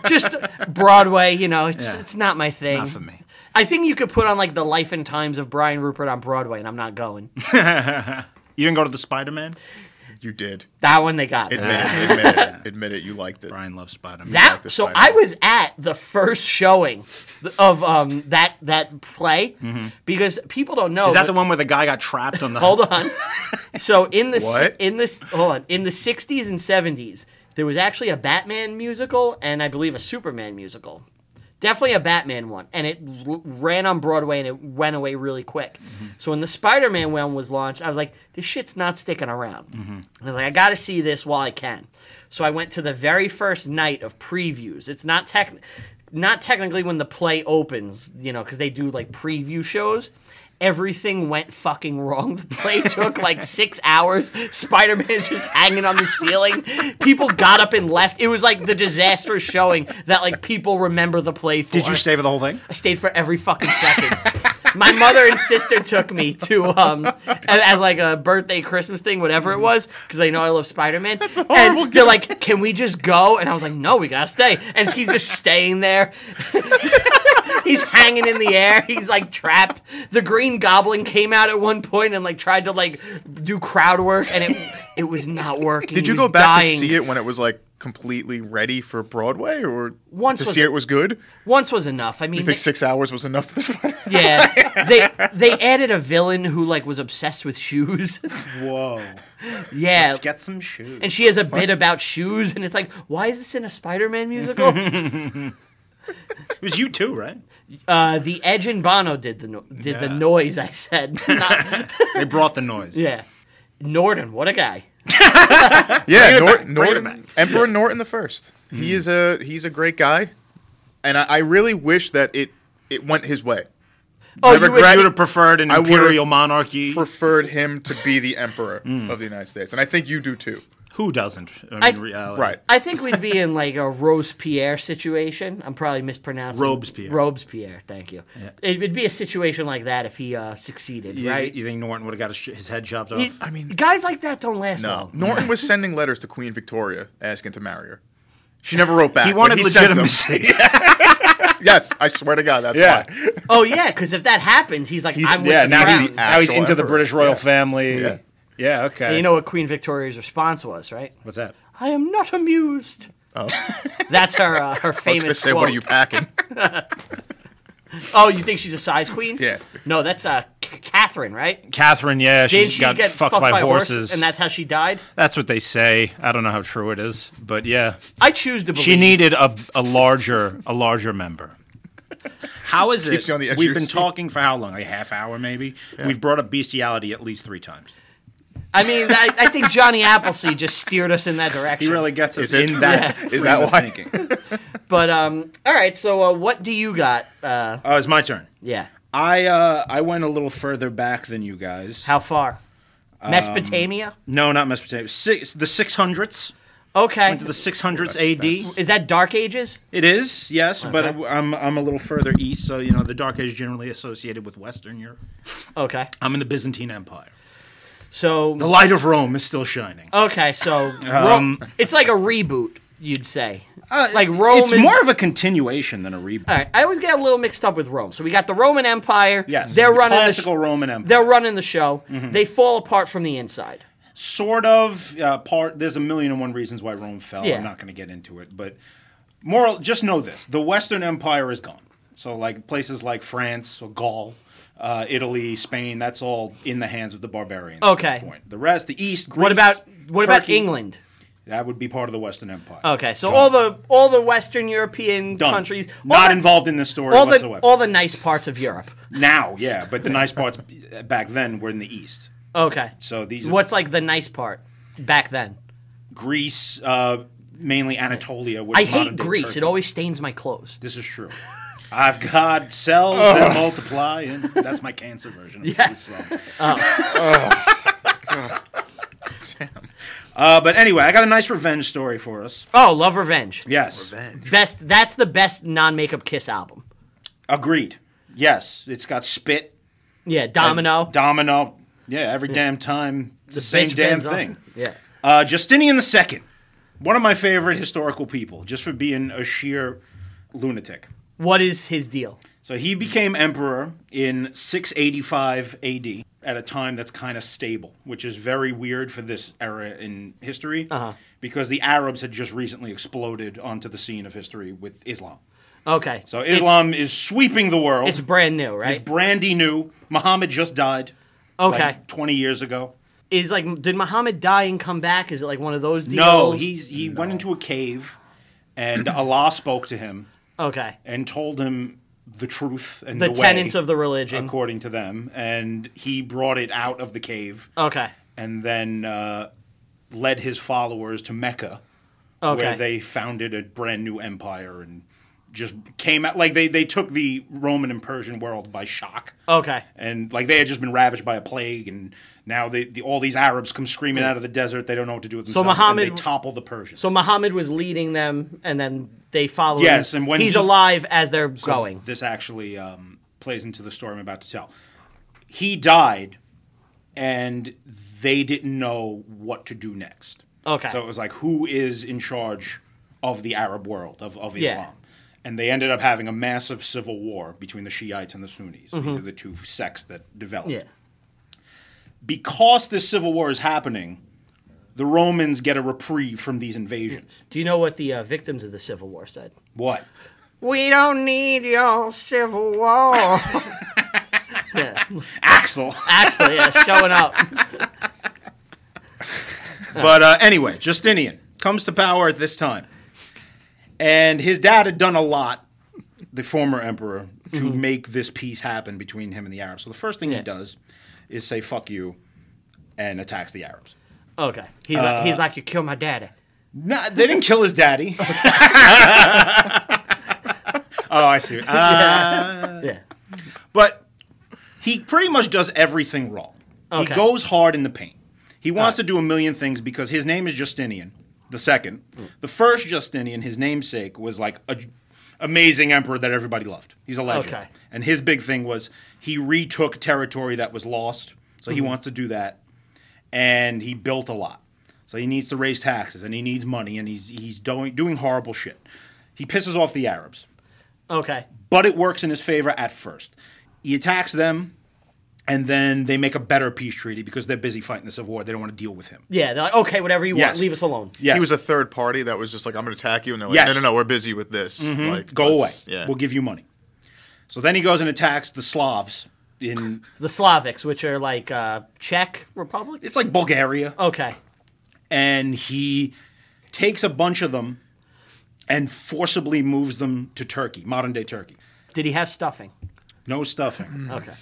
Speaker 1: Just Broadway, you know, it's
Speaker 3: Yeah.
Speaker 1: it's not my thing.
Speaker 3: Not for me.
Speaker 1: I think you could put on like the life and times of Brian Rupert on Broadway, and I'm not going.
Speaker 3: You didn't go to the Spider Man?
Speaker 2: You did.
Speaker 1: That one they got.
Speaker 2: Admit it. Admit it. Admit it. You liked it.
Speaker 3: Brian loves Spider Man.
Speaker 1: That
Speaker 2: the
Speaker 1: so
Speaker 2: Spider-Man.
Speaker 1: I was at the first showing of um that that play because people don't know.
Speaker 3: Mm-hmm. Is that
Speaker 1: but-
Speaker 3: the one where the guy got trapped on the.
Speaker 1: Hold on. so in the
Speaker 2: What?
Speaker 1: in this hold on in the '60s and '70s, there was actually a Batman musical and I believe a Superman musical. Definitely a Batman one, and it r- ran on Broadway and it went away really quick. So when the Spider-Man one was launched, I was like, "This shit's not sticking around." I was like, "I got to see this while I can." So I went to the very first night of previews. It's not tech, not technically when the play opens, you know, because they do like preview shows everything went fucking wrong. The play took like six hours. Spider Man's just hanging on the ceiling. People got up and left. It was like the disaster showing that like people remember the play for.
Speaker 3: Did you stay for the whole thing?
Speaker 1: I stayed for every fucking second. My mother and sister took me to um as, as like a birthday Christmas thing, whatever it was, because they know I love Spider Man. That's a
Speaker 2: horrible
Speaker 1: And they're like, "Can we just go?" And I was like, "No, we gotta stay." And he's just staying there. [LAUGHS] he's hanging in the air. He's like trapped. The Green Goblin came out at one point and like tried to like do crowd work, and it it was not working.
Speaker 2: Did
Speaker 1: He
Speaker 2: you go
Speaker 1: was
Speaker 2: back
Speaker 1: dying.
Speaker 2: to see it when it was like completely ready for Broadway, or
Speaker 1: Once
Speaker 2: to
Speaker 1: was-
Speaker 2: see it was good?
Speaker 1: Once was enough. I mean,
Speaker 2: You think
Speaker 1: they-
Speaker 2: six hours was enough for this one?
Speaker 3: [LAUGHS]
Speaker 1: Yeah, they they added a villain who like was obsessed with shoes.
Speaker 3: Whoa.
Speaker 1: yeah,
Speaker 3: Get some shoes.
Speaker 1: and she has a bit about shoes, and it's like, why is this in a Spider-Man
Speaker 3: [LAUGHS]
Speaker 1: musical?
Speaker 3: it was you too, right?
Speaker 1: uh, the Edge and Bono did the no- did the
Speaker 3: Yeah.
Speaker 1: noise. I
Speaker 3: [LAUGHS]
Speaker 1: said, Not-
Speaker 3: They brought the noise.
Speaker 1: yeah, Norton, what a guy.
Speaker 2: Yeah, Nor-
Speaker 3: back, bring it
Speaker 2: Norton, Emperor Norton the First. He is a he's a great guy, and I, I really wish that it it went his way.
Speaker 1: Oh,
Speaker 3: I
Speaker 1: you
Speaker 3: regret you'd
Speaker 1: would,
Speaker 3: have preferred an
Speaker 2: I would've
Speaker 3: imperial monarchy.
Speaker 2: Preferred him to be the emperor of the United States, and I think you do too.
Speaker 3: Who doesn't? I mean,
Speaker 1: I-
Speaker 3: reality.
Speaker 2: Right?
Speaker 1: I think we'd be in like a Robespierre situation. I'm probably mispronouncing
Speaker 3: Robespierre.
Speaker 1: Robespierre, thank you. It would be a situation like that if he uh, succeeded,
Speaker 3: You,
Speaker 1: right?
Speaker 3: you think Norton would have got his, sh- his head chopped off?
Speaker 1: He-
Speaker 2: I mean-
Speaker 1: guys like that don't last
Speaker 2: No,
Speaker 1: long.
Speaker 2: [LAUGHS] Norton was sending letters to Queen Victoria asking to marry her. She never wrote back.
Speaker 3: He
Speaker 2: but
Speaker 3: wanted
Speaker 2: sent them. [LAUGHS]
Speaker 3: legitimacy.
Speaker 2: Yes, I swear to God, that's
Speaker 3: Yeah.
Speaker 2: why.
Speaker 1: Oh yeah, because if that happens, he's like, I'm with
Speaker 3: yeah,
Speaker 1: the
Speaker 3: now
Speaker 1: crown.
Speaker 3: he's, now he's
Speaker 2: actual
Speaker 3: into the
Speaker 2: emperor.
Speaker 3: British royal family.
Speaker 2: Yeah.
Speaker 3: Yeah. okay.
Speaker 1: And you know what Queen Victoria's response was, right?
Speaker 3: What's that?
Speaker 1: I am not amused.
Speaker 2: Oh, I
Speaker 1: [LAUGHS] That's her uh, her
Speaker 2: was
Speaker 1: famous
Speaker 2: gonna say,
Speaker 1: quote.
Speaker 2: what are you
Speaker 3: [LAUGHS]
Speaker 2: packing?
Speaker 1: Oh, you think she's a size queen?
Speaker 2: Yeah.
Speaker 1: No, that's uh, C- Catherine, right?
Speaker 3: Catherine, yeah, she
Speaker 1: Didn't she
Speaker 3: got
Speaker 1: get
Speaker 3: fucked, by, horses.
Speaker 1: and that's how she died?
Speaker 3: That's what they say. I don't know how true it is, but [LAUGHS] yeah,
Speaker 1: I choose to believe.
Speaker 3: she needed a, a larger a larger member. How is
Speaker 2: Keeps
Speaker 3: it?
Speaker 2: you on the edge of
Speaker 3: We've
Speaker 2: your
Speaker 3: been
Speaker 2: seat.
Speaker 3: talking for how long? A half hour, maybe. We've brought up bestiality at least three times.
Speaker 1: I mean, I, I think Johnny Appleseed just steered us in that direction.
Speaker 3: He really gets us
Speaker 2: Is it-
Speaker 3: in that.
Speaker 2: Yeah. Is
Speaker 3: frame
Speaker 2: that
Speaker 3: of
Speaker 2: why?
Speaker 3: Thinking.
Speaker 1: But um, all right. So uh, what do you got? Uh,
Speaker 3: Oh, it's my turn.
Speaker 1: yeah.
Speaker 3: I uh, I went a little further back than you guys.
Speaker 1: How far?
Speaker 3: Um,
Speaker 1: Mesopotamia.
Speaker 3: No, not Mesopotamia. Six, the six hundreds.
Speaker 1: Okay.
Speaker 3: The six hundreds
Speaker 2: That's-
Speaker 3: A.D.
Speaker 2: that's-
Speaker 1: Is that Dark Ages?
Speaker 3: It is, yes, but I'm I'm a little further east, so you know the Dark Age is generally associated with Western Europe.
Speaker 1: Okay.
Speaker 3: I'm in the Byzantine Empire.
Speaker 1: So
Speaker 3: The light of Rome is still shining.
Speaker 1: Okay, so Ro- it's like a reboot, you'd say. like Rome
Speaker 3: Um, uh, It's
Speaker 1: is
Speaker 3: more of a continuation than a reboot.
Speaker 1: All right, I always get a little mixed up with Rome. So we got the Roman Empire.
Speaker 3: Yes,
Speaker 1: they're
Speaker 3: the
Speaker 1: running
Speaker 3: classical Mm-hmm.
Speaker 1: the sh-
Speaker 3: Roman Empire.
Speaker 1: They're running the show. They fall apart from the inside.
Speaker 3: sort of uh, part. There's a million and one reasons why Rome fell.
Speaker 1: Yeah.
Speaker 3: I'm not going to get into it, but moral. Just know this: the Western Empire is gone. So, like places like France or Gaul, uh, Italy, Spain, that's all in the hands of the barbarians.
Speaker 1: Okay.
Speaker 3: At this point. The rest, the East. Greece,
Speaker 1: What about what about
Speaker 3: Turkey.
Speaker 1: England?
Speaker 3: That would be part of the Western Empire.
Speaker 1: Okay, so all the all the Western European
Speaker 3: Done.
Speaker 1: countries all
Speaker 3: not
Speaker 1: the-
Speaker 3: involved in this story
Speaker 1: all the
Speaker 3: whatsoever.
Speaker 1: all the nice parts of Europe.
Speaker 3: now, yeah, but the nice parts back then were in the East.
Speaker 1: Okay,
Speaker 3: So these are-
Speaker 1: what's like the nice part back then?
Speaker 3: Greece, uh, mainly Anatolia. Which
Speaker 1: I
Speaker 3: is
Speaker 1: hate
Speaker 3: modern-day
Speaker 1: Greece.
Speaker 3: Turkey.
Speaker 1: It always stains my clothes.
Speaker 3: This is true. I've got cells that multiply, and that's my cancer version. Of
Speaker 1: Oh. Yes. Uh-huh.
Speaker 3: Greece. [LAUGHS] Uh, but anyway, I got a nice revenge story for us.
Speaker 1: Oh, love revenge.
Speaker 3: Yes.
Speaker 1: Best. That's the best non-makeup kiss album.
Speaker 3: Agreed. Yes. It's got spit.
Speaker 1: Yeah, Domino.
Speaker 3: Domino. Yeah, every damn time. It's the same
Speaker 1: Bitch
Speaker 3: damn
Speaker 1: bends on.
Speaker 3: thing.
Speaker 1: Yeah.
Speaker 3: Uh, Justinian II, one of my favorite historical people, just for being a sheer lunatic.
Speaker 1: What is his deal?
Speaker 3: So he became emperor in 685 AD at a time that's kind of stable, which is very weird for this era in history
Speaker 1: Uh-huh.
Speaker 3: because the Arabs had just recently exploded onto the scene of history with Islam.
Speaker 1: Okay.
Speaker 3: So
Speaker 1: It's-
Speaker 3: Islam is sweeping the world.
Speaker 1: It's, brand new, right?
Speaker 3: It's brandy new. Muhammad just died.
Speaker 1: Okay.
Speaker 3: like, 20 years ago.
Speaker 1: is like, did Muhammad die and come back? Is it like one of those deals?
Speaker 3: No, he's he went into a cave and Allah spoke to him
Speaker 1: okay.
Speaker 3: and told him the truth and
Speaker 1: The,
Speaker 3: the, way,
Speaker 1: tenets of the religion.
Speaker 3: according to them and he brought it out of the cave
Speaker 1: Okay.
Speaker 3: and then uh, led his followers to Mecca where
Speaker 1: Okay.
Speaker 3: they founded a brand new empire and just came out like they they took the Roman and Persian world by shock.
Speaker 1: Okay.
Speaker 3: and like they had just been ravished by a plague, and now they, the, all these Arabs come screaming out of the desert. They don't know what to do with themselves. and
Speaker 1: Muhammad-
Speaker 3: they topple the Persians.
Speaker 1: So Muhammad was leading them, and then they follow. him.
Speaker 3: Yes, and when
Speaker 1: he's
Speaker 3: he-
Speaker 1: alive as they're going.
Speaker 3: this actually um, plays into the story I'm about to tell. He died, and they didn't know what to do next.
Speaker 1: Okay.
Speaker 3: so it was like who is in charge of the Arab world of of
Speaker 1: Yeah.
Speaker 3: Islam. And they ended up having a massive civil war between the Shiites and the Sunnis. These are the two sects that developed.
Speaker 1: Mm-hmm. Yeah.
Speaker 3: because this civil war is happening, the Romans get a reprieve from these invasions.
Speaker 1: Do you know what the uh, victims of the Civil War said?
Speaker 3: What?
Speaker 1: We don't need your Civil War. yeah.
Speaker 3: Axel.
Speaker 1: [LAUGHS] Actually, yeah, showing up.
Speaker 3: [LAUGHS] but uh, anyway, Justinian comes to power at this time. And his dad had done a lot, the former emperor, to make this peace happen between him and the Arabs. So the first thing
Speaker 1: Yeah.
Speaker 3: he does is say, fuck you, and attacks the Arabs.
Speaker 1: Okay. He's
Speaker 3: Uh,
Speaker 1: like, he's like you killed my daddy.
Speaker 3: No, they didn't kill his daddy. [LAUGHS] oh, I see. Uh,
Speaker 1: Yeah.
Speaker 3: But he pretty much does everything wrong.
Speaker 1: Okay.
Speaker 3: He goes hard in the paint. He wants to do a million things because his name is Justinian the second. The first Justinian, his namesake, was like a j- amazing emperor that everybody loved. He's a legend.
Speaker 1: Okay.
Speaker 3: And his big thing was he retook territory that was lost, so
Speaker 1: Mm-hmm.
Speaker 3: he wants to do that. And he built a lot. So he needs to raise taxes and he needs money and he's he's doing doing horrible shit. He pisses off the Arabs
Speaker 1: Okay.
Speaker 3: but it works in his favor at first. He attacks them, and then they make a better peace treaty because they're busy fighting the Civil War. They don't want to deal with him.
Speaker 1: Yeah. They're like, okay, whatever you want,
Speaker 3: Yes.
Speaker 1: leave us alone.
Speaker 3: Yes.
Speaker 2: He was a third party that was just like, I'm going to attack you. And they're like,
Speaker 3: Yes. Mm-hmm.
Speaker 2: no, no, no, we're busy with this. Like,
Speaker 3: go away.
Speaker 2: let's- Yeah.
Speaker 3: We'll give you money. So then he goes and attacks the Slavs in
Speaker 1: The Slavics, which are like uh, Czech Republic.
Speaker 3: [LAUGHS] it's like Bulgaria,
Speaker 1: Okay.
Speaker 3: and he takes a bunch of them and forcibly moves them to Turkey, modern day Turkey.
Speaker 1: Did he have stuffing?
Speaker 3: No stuffing.
Speaker 1: Okay.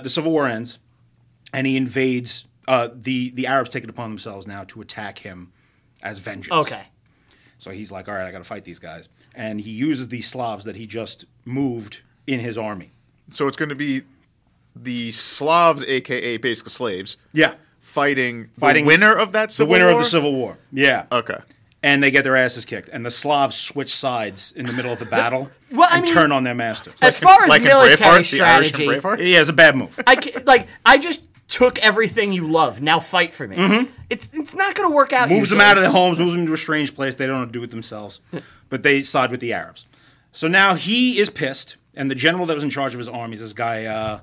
Speaker 3: the civil war ends, and he invades. Uh, the the Arabs take it upon themselves now to attack him as vengeance.
Speaker 1: Okay.
Speaker 3: So he's like, all right, I got to fight these guys, and he uses these Slavs that he just moved in his army.
Speaker 2: So it's going to be the Slavs, aka basically slaves,
Speaker 3: Yeah,
Speaker 2: fighting,
Speaker 3: Fighting
Speaker 2: the winner of that
Speaker 3: the
Speaker 2: civil
Speaker 3: winner of
Speaker 2: war?
Speaker 3: the Civil War. Yeah.
Speaker 2: Okay.
Speaker 3: And they get their asses kicked, and the Slavs switch sides in the middle of the battle
Speaker 1: Well, I
Speaker 3: and
Speaker 1: mean-
Speaker 3: turn on their masters.
Speaker 1: As far as
Speaker 2: like in
Speaker 1: military
Speaker 2: Braveheart, the Irish in
Speaker 1: strategy,
Speaker 2: Braveheart.
Speaker 3: yeah, it's a bad move.
Speaker 1: I ca- like I just took everything you love. Now fight for me. It's it's not going to work out.
Speaker 3: Mm-hmm. moves them out of their homes, moves them to a strange place. They don't know to do it themselves, but they side with the Arabs. So now he is pissed, and the general that was in charge of his army is this guy uh,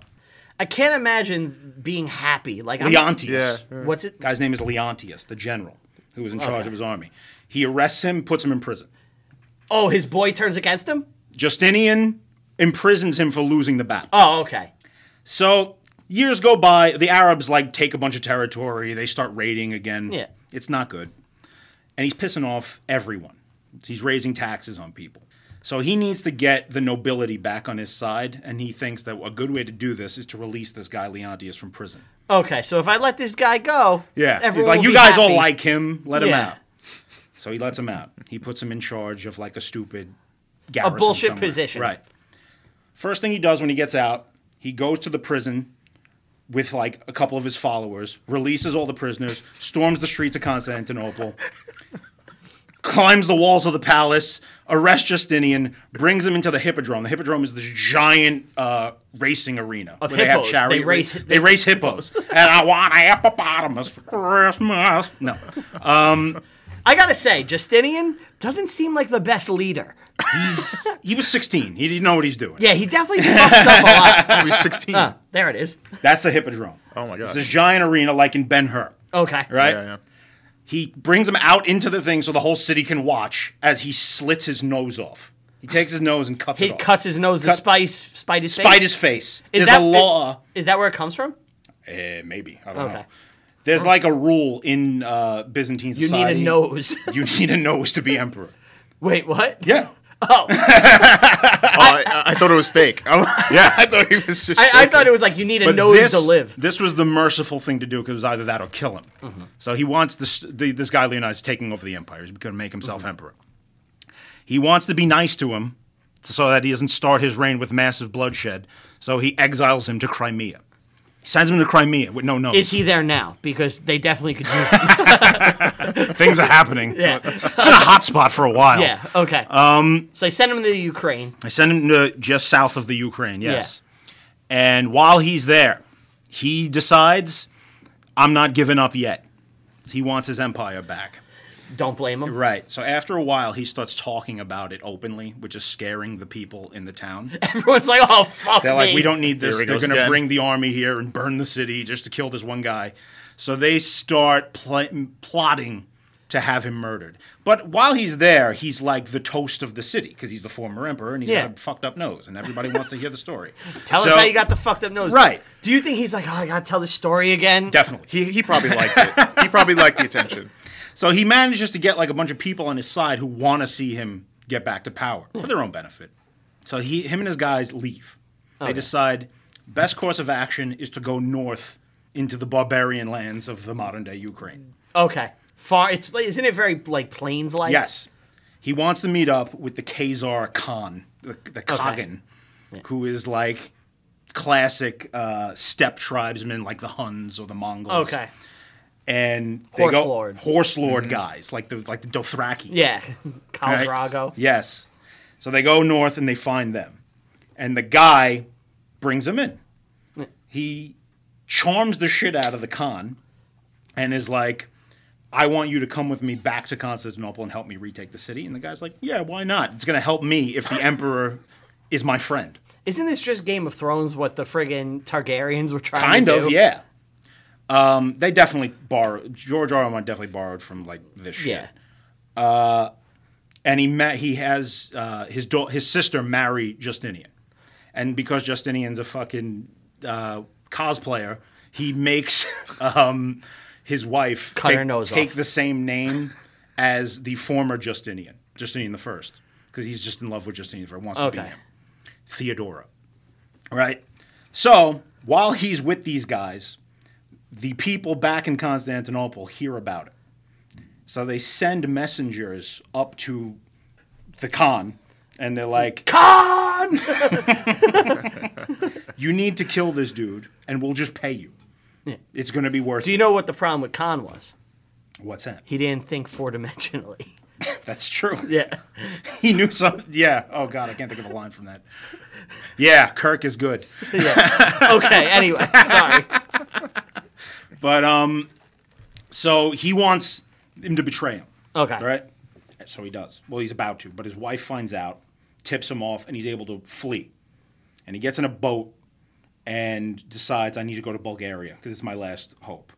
Speaker 1: I can't imagine being happy. Like I'm-
Speaker 2: Yeah.
Speaker 3: Leontius.
Speaker 1: What's it?
Speaker 3: Guy's name is Leontius, the general who was in charge
Speaker 1: Okay.
Speaker 3: of his army. He arrests him, puts him in prison.
Speaker 1: Oh, his boy turns against him.
Speaker 3: Justinian imprisons him for losing the battle.
Speaker 1: Oh, okay.
Speaker 3: So years go by. The Arabs like take a bunch of territory. They start raiding again.
Speaker 1: Yeah.
Speaker 3: it's not good. and he's pissing off everyone. He's raising taxes on people. So he needs to get the nobility back on his side, and he thinks that a good way to do this is to release this guy Leontius from prison.
Speaker 1: Okay, so if I let this guy go,
Speaker 3: Yeah,
Speaker 1: everyone
Speaker 3: he's like,
Speaker 1: will
Speaker 3: you
Speaker 1: be
Speaker 3: guys
Speaker 1: happy."
Speaker 3: all like him, let him
Speaker 1: Yeah.
Speaker 3: out. So he lets him out. He puts him in charge of like a stupid,
Speaker 1: a
Speaker 3: garrison
Speaker 1: bullshit
Speaker 3: somewhere.
Speaker 1: position.
Speaker 3: right? First thing he does when he gets out, he goes to the prison with like a couple of his followers, releases all the prisoners, storms the streets of Constantinople, climbs the walls of the palace, arrests Justinian, brings him into the Hippodrome. The Hippodrome is this giant uh, racing arena
Speaker 1: Of
Speaker 3: where
Speaker 1: hippos.
Speaker 3: they have chariot
Speaker 1: They race-
Speaker 3: race. They, race hippos, [LAUGHS] and I want a hippopotamus for Christmas. No,
Speaker 1: I gotta say, Justinian doesn't seem like the best leader.
Speaker 3: he's he was 16. He didn't know what he's doing.
Speaker 1: Yeah, he definitely fucks up a lot.
Speaker 2: He
Speaker 3: [LAUGHS]
Speaker 2: was 16.
Speaker 1: Uh, [LAUGHS] there it is.
Speaker 3: That's the Hippodrome.
Speaker 2: Oh my
Speaker 3: It's
Speaker 2: gosh.
Speaker 3: this giant arena like in Ben Hur.
Speaker 1: Okay.
Speaker 3: Right?
Speaker 2: Yeah, yeah.
Speaker 3: He brings him out into the thing so the whole city can watch as he slits his nose off. He takes his nose and cuts
Speaker 1: He
Speaker 3: it off.
Speaker 1: cuts his nose to
Speaker 3: Cut-
Speaker 1: spite his, spite his face.
Speaker 3: Bite his face.
Speaker 1: Is
Speaker 3: There's
Speaker 1: that
Speaker 3: a law.
Speaker 1: Is, that where it comes from?
Speaker 3: Eh, maybe. I don't
Speaker 1: Okay.
Speaker 3: know. There's like a rule in uh, Byzantine
Speaker 1: You need
Speaker 3: society.
Speaker 1: a nose. [LAUGHS]
Speaker 3: You need a nose to be emperor.
Speaker 1: Wait, what?
Speaker 3: Yeah.
Speaker 1: Oh, I,
Speaker 2: Oh, I, I- I thought it was fake. [LAUGHS] yeah, I thought he was just.
Speaker 1: I
Speaker 2: joking.
Speaker 1: thought it was like you need a nose
Speaker 3: this,
Speaker 1: to live. Mm-hmm.
Speaker 3: This was the merciful thing to do because it was either that or kill him. So he wants this the, this guy Leonidas taking over the empire. He's going to make
Speaker 1: Mm-hmm.
Speaker 3: himself emperor. He wants to be nice to him so that he doesn't start his reign with massive bloodshed. So he exiles him to Crimea. He sends him to Crimea with no nose.
Speaker 1: Is he there now? Because they definitely could
Speaker 3: [LAUGHS]
Speaker 1: use him.
Speaker 3: Things are happening.
Speaker 1: [LAUGHS] Yeah.
Speaker 3: It's been a hot spot for a while.
Speaker 1: yeah. Okay. Um. So I sent him to Ukraine.
Speaker 3: I sent him to just south of the Ukraine, yes. And while he's there, he decides, I'm not giving up yet. He wants his empire back.
Speaker 1: Don't blame him.
Speaker 3: Right. So after a while, he starts talking about it openly, which is scaring the people in
Speaker 1: [LAUGHS]
Speaker 3: the town.
Speaker 1: [LAUGHS] Everyone's like, oh fuck.
Speaker 3: They're like,
Speaker 1: me."
Speaker 3: we don't need this.
Speaker 2: Here he
Speaker 3: They're
Speaker 2: goes
Speaker 3: going to
Speaker 2: again.
Speaker 3: bring the army here and burn the city just to kill this one guy. So they start pl- plotting to have him murdered. But while he's there, he's like the toast of the city because he's the former emperor and he's
Speaker 1: Yeah.
Speaker 3: got a fucked up nose, and everybody wants to hear the story.
Speaker 1: [LAUGHS] Tell us
Speaker 3: So-
Speaker 1: how you got the fucked up nose.
Speaker 3: Right.
Speaker 1: Do you think he's like, oh, I gotta tell the story again?
Speaker 3: Definitely.
Speaker 2: He, he probably liked it. He probably liked the attention.
Speaker 3: So he manages to get like a bunch of people on his side who want to see him get back to power
Speaker 1: Hmm.
Speaker 3: for their own benefit. So he, him and his guys leave. They decide best course of action is to go north into the barbarian lands of the modern day Ukraine.
Speaker 1: Okay. Far. It's like- isn't it very like plains like?
Speaker 3: Yes, he wants to meet up with the Khazar Khan, the, the Khagan, who is like classic uh, steppe tribesmen like the Huns or the Mongols.
Speaker 1: Okay.
Speaker 3: and they
Speaker 1: Horse
Speaker 3: go
Speaker 1: lords. Mm-hmm.
Speaker 3: horse lord guys like the like the Dothraki. [LAUGHS]
Speaker 1: Yeah.
Speaker 3: Right?
Speaker 1: Calzrago.
Speaker 3: Yes. So they go north and they find them. And the guy brings them in. He charms the shit out of the Khan and is like, I want you to come with me back to Constantinople and help me retake the city. And the guy's like, Yeah, why not? It's going to help me if the emperor is my friend.
Speaker 1: Isn't this just Game of Thrones? What the friggin' Targaryens were trying
Speaker 3: Kind
Speaker 1: to do?
Speaker 3: of, yeah. Um, they definitely borrowed, George R. R. Martin definitely borrowed from like this shit.
Speaker 1: Yeah.
Speaker 3: and he met he has uh, his da- his sister marry Justinian, and because Justinian's a fucking uh, cosplayer, he makes [LAUGHS] um, his wife
Speaker 1: Cut her
Speaker 3: take,
Speaker 1: nose
Speaker 3: take
Speaker 1: off.
Speaker 3: the same name as the former Justinian, Justinian the First, because he's just in love with Justinian the First, wants to be
Speaker 1: Okay.
Speaker 3: him, Theodora, right? So while he's with these guys, the people back in Constantinople hear about it. So they send messengers up to the Khan, and they're like, Khan! [LAUGHS] you need to kill this dude, and we'll just pay you. It's going to be worth
Speaker 1: Do you
Speaker 3: it.
Speaker 1: know what the problem with Khan was?
Speaker 3: What's that?
Speaker 1: He didn't think four
Speaker 3: [LAUGHS]
Speaker 1: dimensionally.
Speaker 3: That's true. [LAUGHS]
Speaker 1: Yeah.
Speaker 3: He knew something. Yeah. Oh, God, I can't think of a line from that. Yeah, Kirk is good.
Speaker 1: [LAUGHS] yeah. Okay. Anyway, sorry.
Speaker 3: But, um, so he wants him to betray him.
Speaker 1: Okay.
Speaker 3: Right? So he does. Well, he's about to, but his wife finds out, tips him off, and he's able to flee. And he gets in a boat and decides, I need to go to Bulgaria because it's my last hope.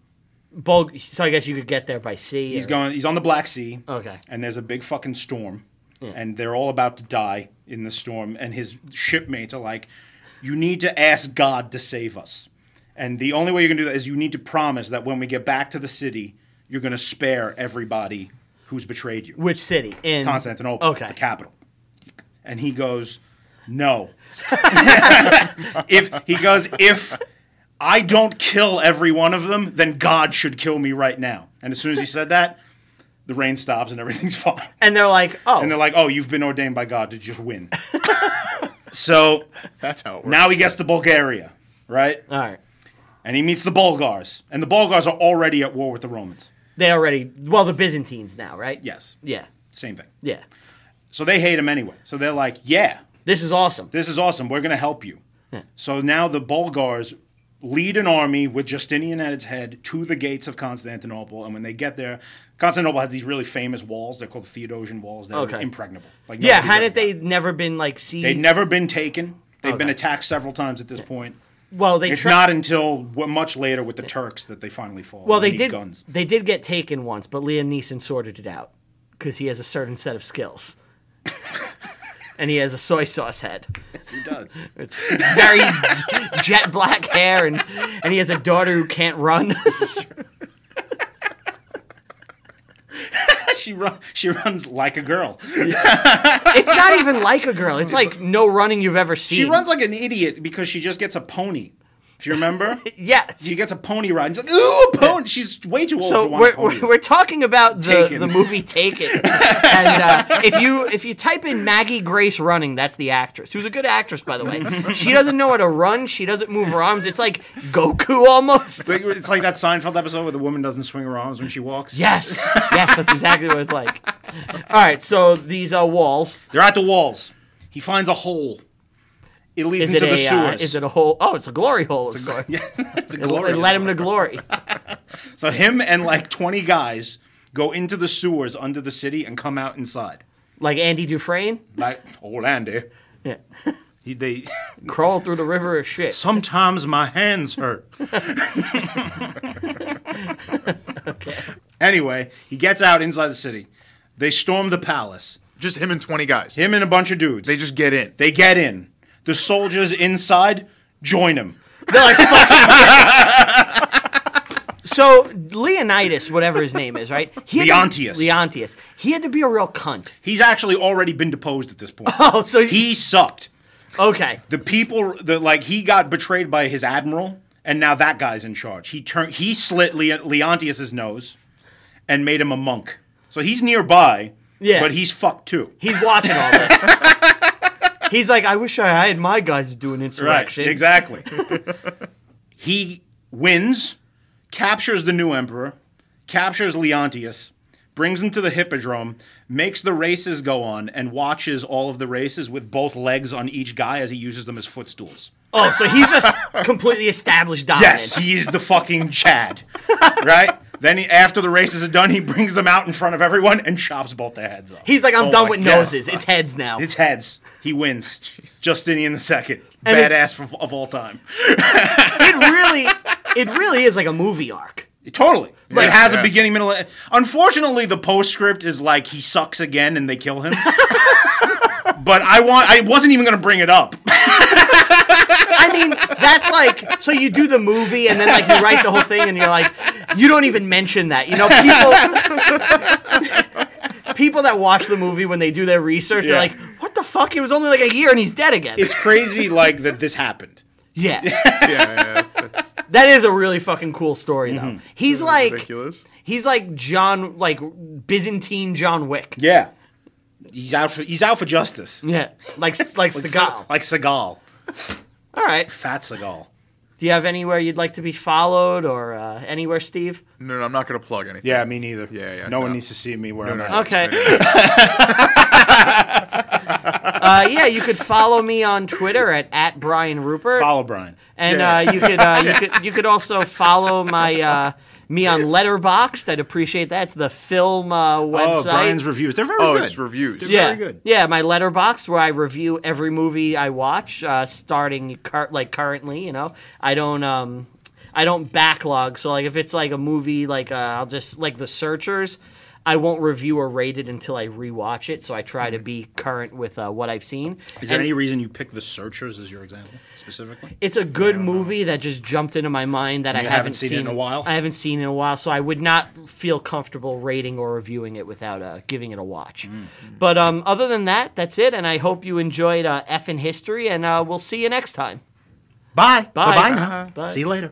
Speaker 1: Bulg- so I guess you could get there by sea.
Speaker 3: He's
Speaker 1: or-
Speaker 3: going. He's on the Black Sea.
Speaker 1: Okay.
Speaker 3: And there's a big fucking storm, and they're all about to die in the storm. And his shipmates are like, "You need to ask God to save us." And the only way you can do that is you need to promise that when we get back to the city, you're going to spare everybody who's betrayed you.
Speaker 1: Which city? In
Speaker 3: Constantinople,
Speaker 1: Okay.
Speaker 3: the capital. And he goes, No. if he goes, if I don't kill every one of them, then God should kill me right now. And as soon as he said that, the rain stops and everything's [LAUGHS] fine.
Speaker 1: and they're like, oh,
Speaker 3: And they're like, Oh, you've been ordained by God to just win. so
Speaker 2: That's how it works.
Speaker 3: now he gets to Bulgaria, right?
Speaker 1: all right.
Speaker 3: And he meets the Bulgars. And the Bulgars are already at war with the Romans.
Speaker 1: They already well, the Byzantines now, right?
Speaker 3: Yes.
Speaker 1: Yeah.
Speaker 3: Same thing.
Speaker 1: Yeah.
Speaker 3: So they hate him anyway. So they're like, yeah,
Speaker 1: This is awesome.
Speaker 3: this is awesome. We're going to help you.
Speaker 1: Hmm.
Speaker 3: So now the Bulgars lead an army with Justinian at its head to the gates of Constantinople. And when they get there, Constantinople has these really famous walls. They're called the Theodosian walls. They're
Speaker 1: Okay.
Speaker 3: impregnable. Like
Speaker 1: yeah.
Speaker 3: nobody's ever
Speaker 1: Hadn't they
Speaker 3: got-
Speaker 1: never been like sieged?
Speaker 3: They'd never been taken. They've been
Speaker 1: Okay.
Speaker 3: attacked several times at this point.
Speaker 1: Well, they
Speaker 3: It's
Speaker 1: tried.
Speaker 3: not until w- much later with the Turks that they finally fall.
Speaker 1: well,
Speaker 3: and
Speaker 1: they
Speaker 3: need
Speaker 1: did. [LAUGHS]
Speaker 3: guns.
Speaker 1: They did get taken once, but Liam Neeson sorted it out because he has a certain set of skills, [LAUGHS] and he has a soy sauce head.
Speaker 3: He does.
Speaker 1: It's very [LAUGHS] jet black hair, and and he has a daughter who can't run.
Speaker 3: [LAUGHS]
Speaker 1: [LAUGHS]
Speaker 3: she run, She runs like a girl.
Speaker 1: it's not even like a girl. It's like no running you've ever seen.
Speaker 3: She runs like an idiot because she just gets a pony. If you
Speaker 1: [LAUGHS]
Speaker 3: remember,
Speaker 1: Yes.
Speaker 3: she gets a pony ride. And she's like, ooh, a pony. She's way too old
Speaker 1: so
Speaker 3: to want
Speaker 1: we're,
Speaker 3: a pony.
Speaker 1: we're, we're talking about the,
Speaker 3: Taken.
Speaker 1: the movie
Speaker 3: [LAUGHS]
Speaker 1: Taken, and uh, if you if you type in Maggie Grace running, that's the actress who's a good actress by the way. She doesn't know how to run. She doesn't move her arms. It's like Goku almost.
Speaker 3: It's like- it's like that Seinfeld episode where the woman doesn't swing her arms when she walks.
Speaker 1: Yes, yes, that's exactly what it's like. All right, so these are walls.
Speaker 3: They're at the walls. He finds a hole. It
Speaker 1: Is
Speaker 3: leads
Speaker 1: it
Speaker 3: into the
Speaker 1: a uh,
Speaker 3: sewers.
Speaker 1: is it a hole? Oh, it's a glory hole of sorts.
Speaker 3: [LAUGHS] Yes, it's a
Speaker 1: It, it
Speaker 3: glorious
Speaker 1: led him
Speaker 3: one.
Speaker 1: to glory.
Speaker 3: So him and like 20 guys go into the sewers under the city and come out inside.
Speaker 1: Like Andy Dufresne,
Speaker 3: Like, old Andy.
Speaker 1: yeah.
Speaker 3: He, they, [LAUGHS]
Speaker 1: crawl through the river of shit.
Speaker 3: sometimes my hands
Speaker 1: [LAUGHS]
Speaker 3: hurt. [LAUGHS] Anyway, he gets out inside the city. They storm the palace.
Speaker 2: Just him and 20 guys.
Speaker 3: Him and a bunch of dudes.
Speaker 2: They just get
Speaker 3: [LAUGHS]
Speaker 2: in.
Speaker 3: They get in. The soldiers inside join him.
Speaker 1: They're like, "Fuck you." So Leonidas, whatever his name is, right? He had to-
Speaker 3: Leontius.
Speaker 1: Leontius. He had to be a real cunt.
Speaker 3: He's actually already been deposed at this point.
Speaker 1: Oh, [LAUGHS] so he
Speaker 3: He sucked.
Speaker 1: okay.
Speaker 3: The people that like he got betrayed by his admiral, and now that guy's in charge. He turned he slit Le- Leontius's nose and made him a monk. So he's nearby,
Speaker 1: Yeah.
Speaker 3: but he's fucked too.
Speaker 1: He's watching all this. He's like, I wish I had my guys to do an insurrection. [LAUGHS]
Speaker 3: exactly. he wins, captures the new emperor, captures Leontius, brings him to the hippodrome, makes the races go on, and watches all of the races with both legs on each guy as he uses them as footstools.
Speaker 1: Oh, so he's just completely established dominance.
Speaker 3: Yes, he is the fucking Chad, [LAUGHS] right? Then he, after the races are done, he brings them out in front of everyone and chops both their heads off.
Speaker 1: He's like, I'm
Speaker 2: Oh
Speaker 1: done
Speaker 2: my
Speaker 1: with
Speaker 2: God.
Speaker 1: noses. It's heads now.
Speaker 3: It's heads. He
Speaker 1: [LAUGHS]
Speaker 3: wins. Justinian II,
Speaker 1: And it's-
Speaker 3: badass of, of all time.
Speaker 1: it really, it really is like a movie arc.
Speaker 3: Totally. it has
Speaker 2: yeah.
Speaker 3: a beginning, middle. and- Unfortunately, the postscript is like he sucks again and they kill [LAUGHS] him. but I want. I wasn't even going to bring it up.
Speaker 1: I mean, that's like so you do the movie and then like you write the whole thing and you're like, you don't even mention that. You know, people [LAUGHS] people that watch the movie when they do their research, they're
Speaker 3: Yeah.
Speaker 1: like, what the fuck? It was only like a year and he's dead again.
Speaker 3: It's crazy, like that this happened.
Speaker 1: yeah,
Speaker 2: Yeah, yeah, yeah. That's
Speaker 1: that is a really fucking cool story though. He's like.
Speaker 2: ridiculous.
Speaker 1: He's like John, like Byzantine John Wick.
Speaker 3: Yeah, he's out for he's out for justice.
Speaker 1: Yeah, like like Seagal.
Speaker 3: like Seagal,
Speaker 1: All right.
Speaker 3: fat Seagal.
Speaker 1: Do you have anywhere you'd like to be followed, or uh, anywhere, Steve?
Speaker 2: No, no, I'm not going to plug anything.
Speaker 3: Yeah, me neither.
Speaker 2: Yeah, yeah,
Speaker 3: No, one
Speaker 2: no.
Speaker 3: needs to see me where I'm
Speaker 2: no,
Speaker 3: at.
Speaker 2: no.
Speaker 1: Okay. [LAUGHS] uh, yeah, you could follow me on Twitter at, at Brian Rupert.
Speaker 3: Follow Brian.
Speaker 1: and
Speaker 2: Yeah.
Speaker 1: uh, you could uh,
Speaker 3: [LAUGHS]
Speaker 1: you could you could also follow my uh, me on Letterboxd. I'd appreciate that. It's the film uh, website.
Speaker 3: Oh, Brian's reviews. They're very
Speaker 2: Oh,
Speaker 3: good.
Speaker 2: it's reviews.
Speaker 1: yeah,
Speaker 3: very good.
Speaker 1: yeah, my Letterboxd where I review every movie I watch, uh, starting cur- like currently. You know, I don't um, I don't backlog. So like if it's like a movie, like uh, I'll just like The Searchers. I won't review or rate it until I rewatch it. So I try to be current with uh, what I've seen.
Speaker 3: Mm-hmm. Is there
Speaker 1: And
Speaker 3: any reason you picked The Searchers as your example specifically?
Speaker 1: it's a good movie that just jumped into my mind that I
Speaker 3: you
Speaker 1: haven't,
Speaker 3: haven't seen it in a while?
Speaker 1: I haven't seen it in a while, so I would not feel comfortable rating or reviewing it without uh, giving it a watch.
Speaker 3: Mm-hmm.
Speaker 1: But um, other than that, that's it. And I hope you enjoyed uh, F in History, and uh, we'll see you next time.
Speaker 3: Bye.
Speaker 1: Bye.
Speaker 3: Bye-bye now.
Speaker 1: Bye.
Speaker 3: See you later.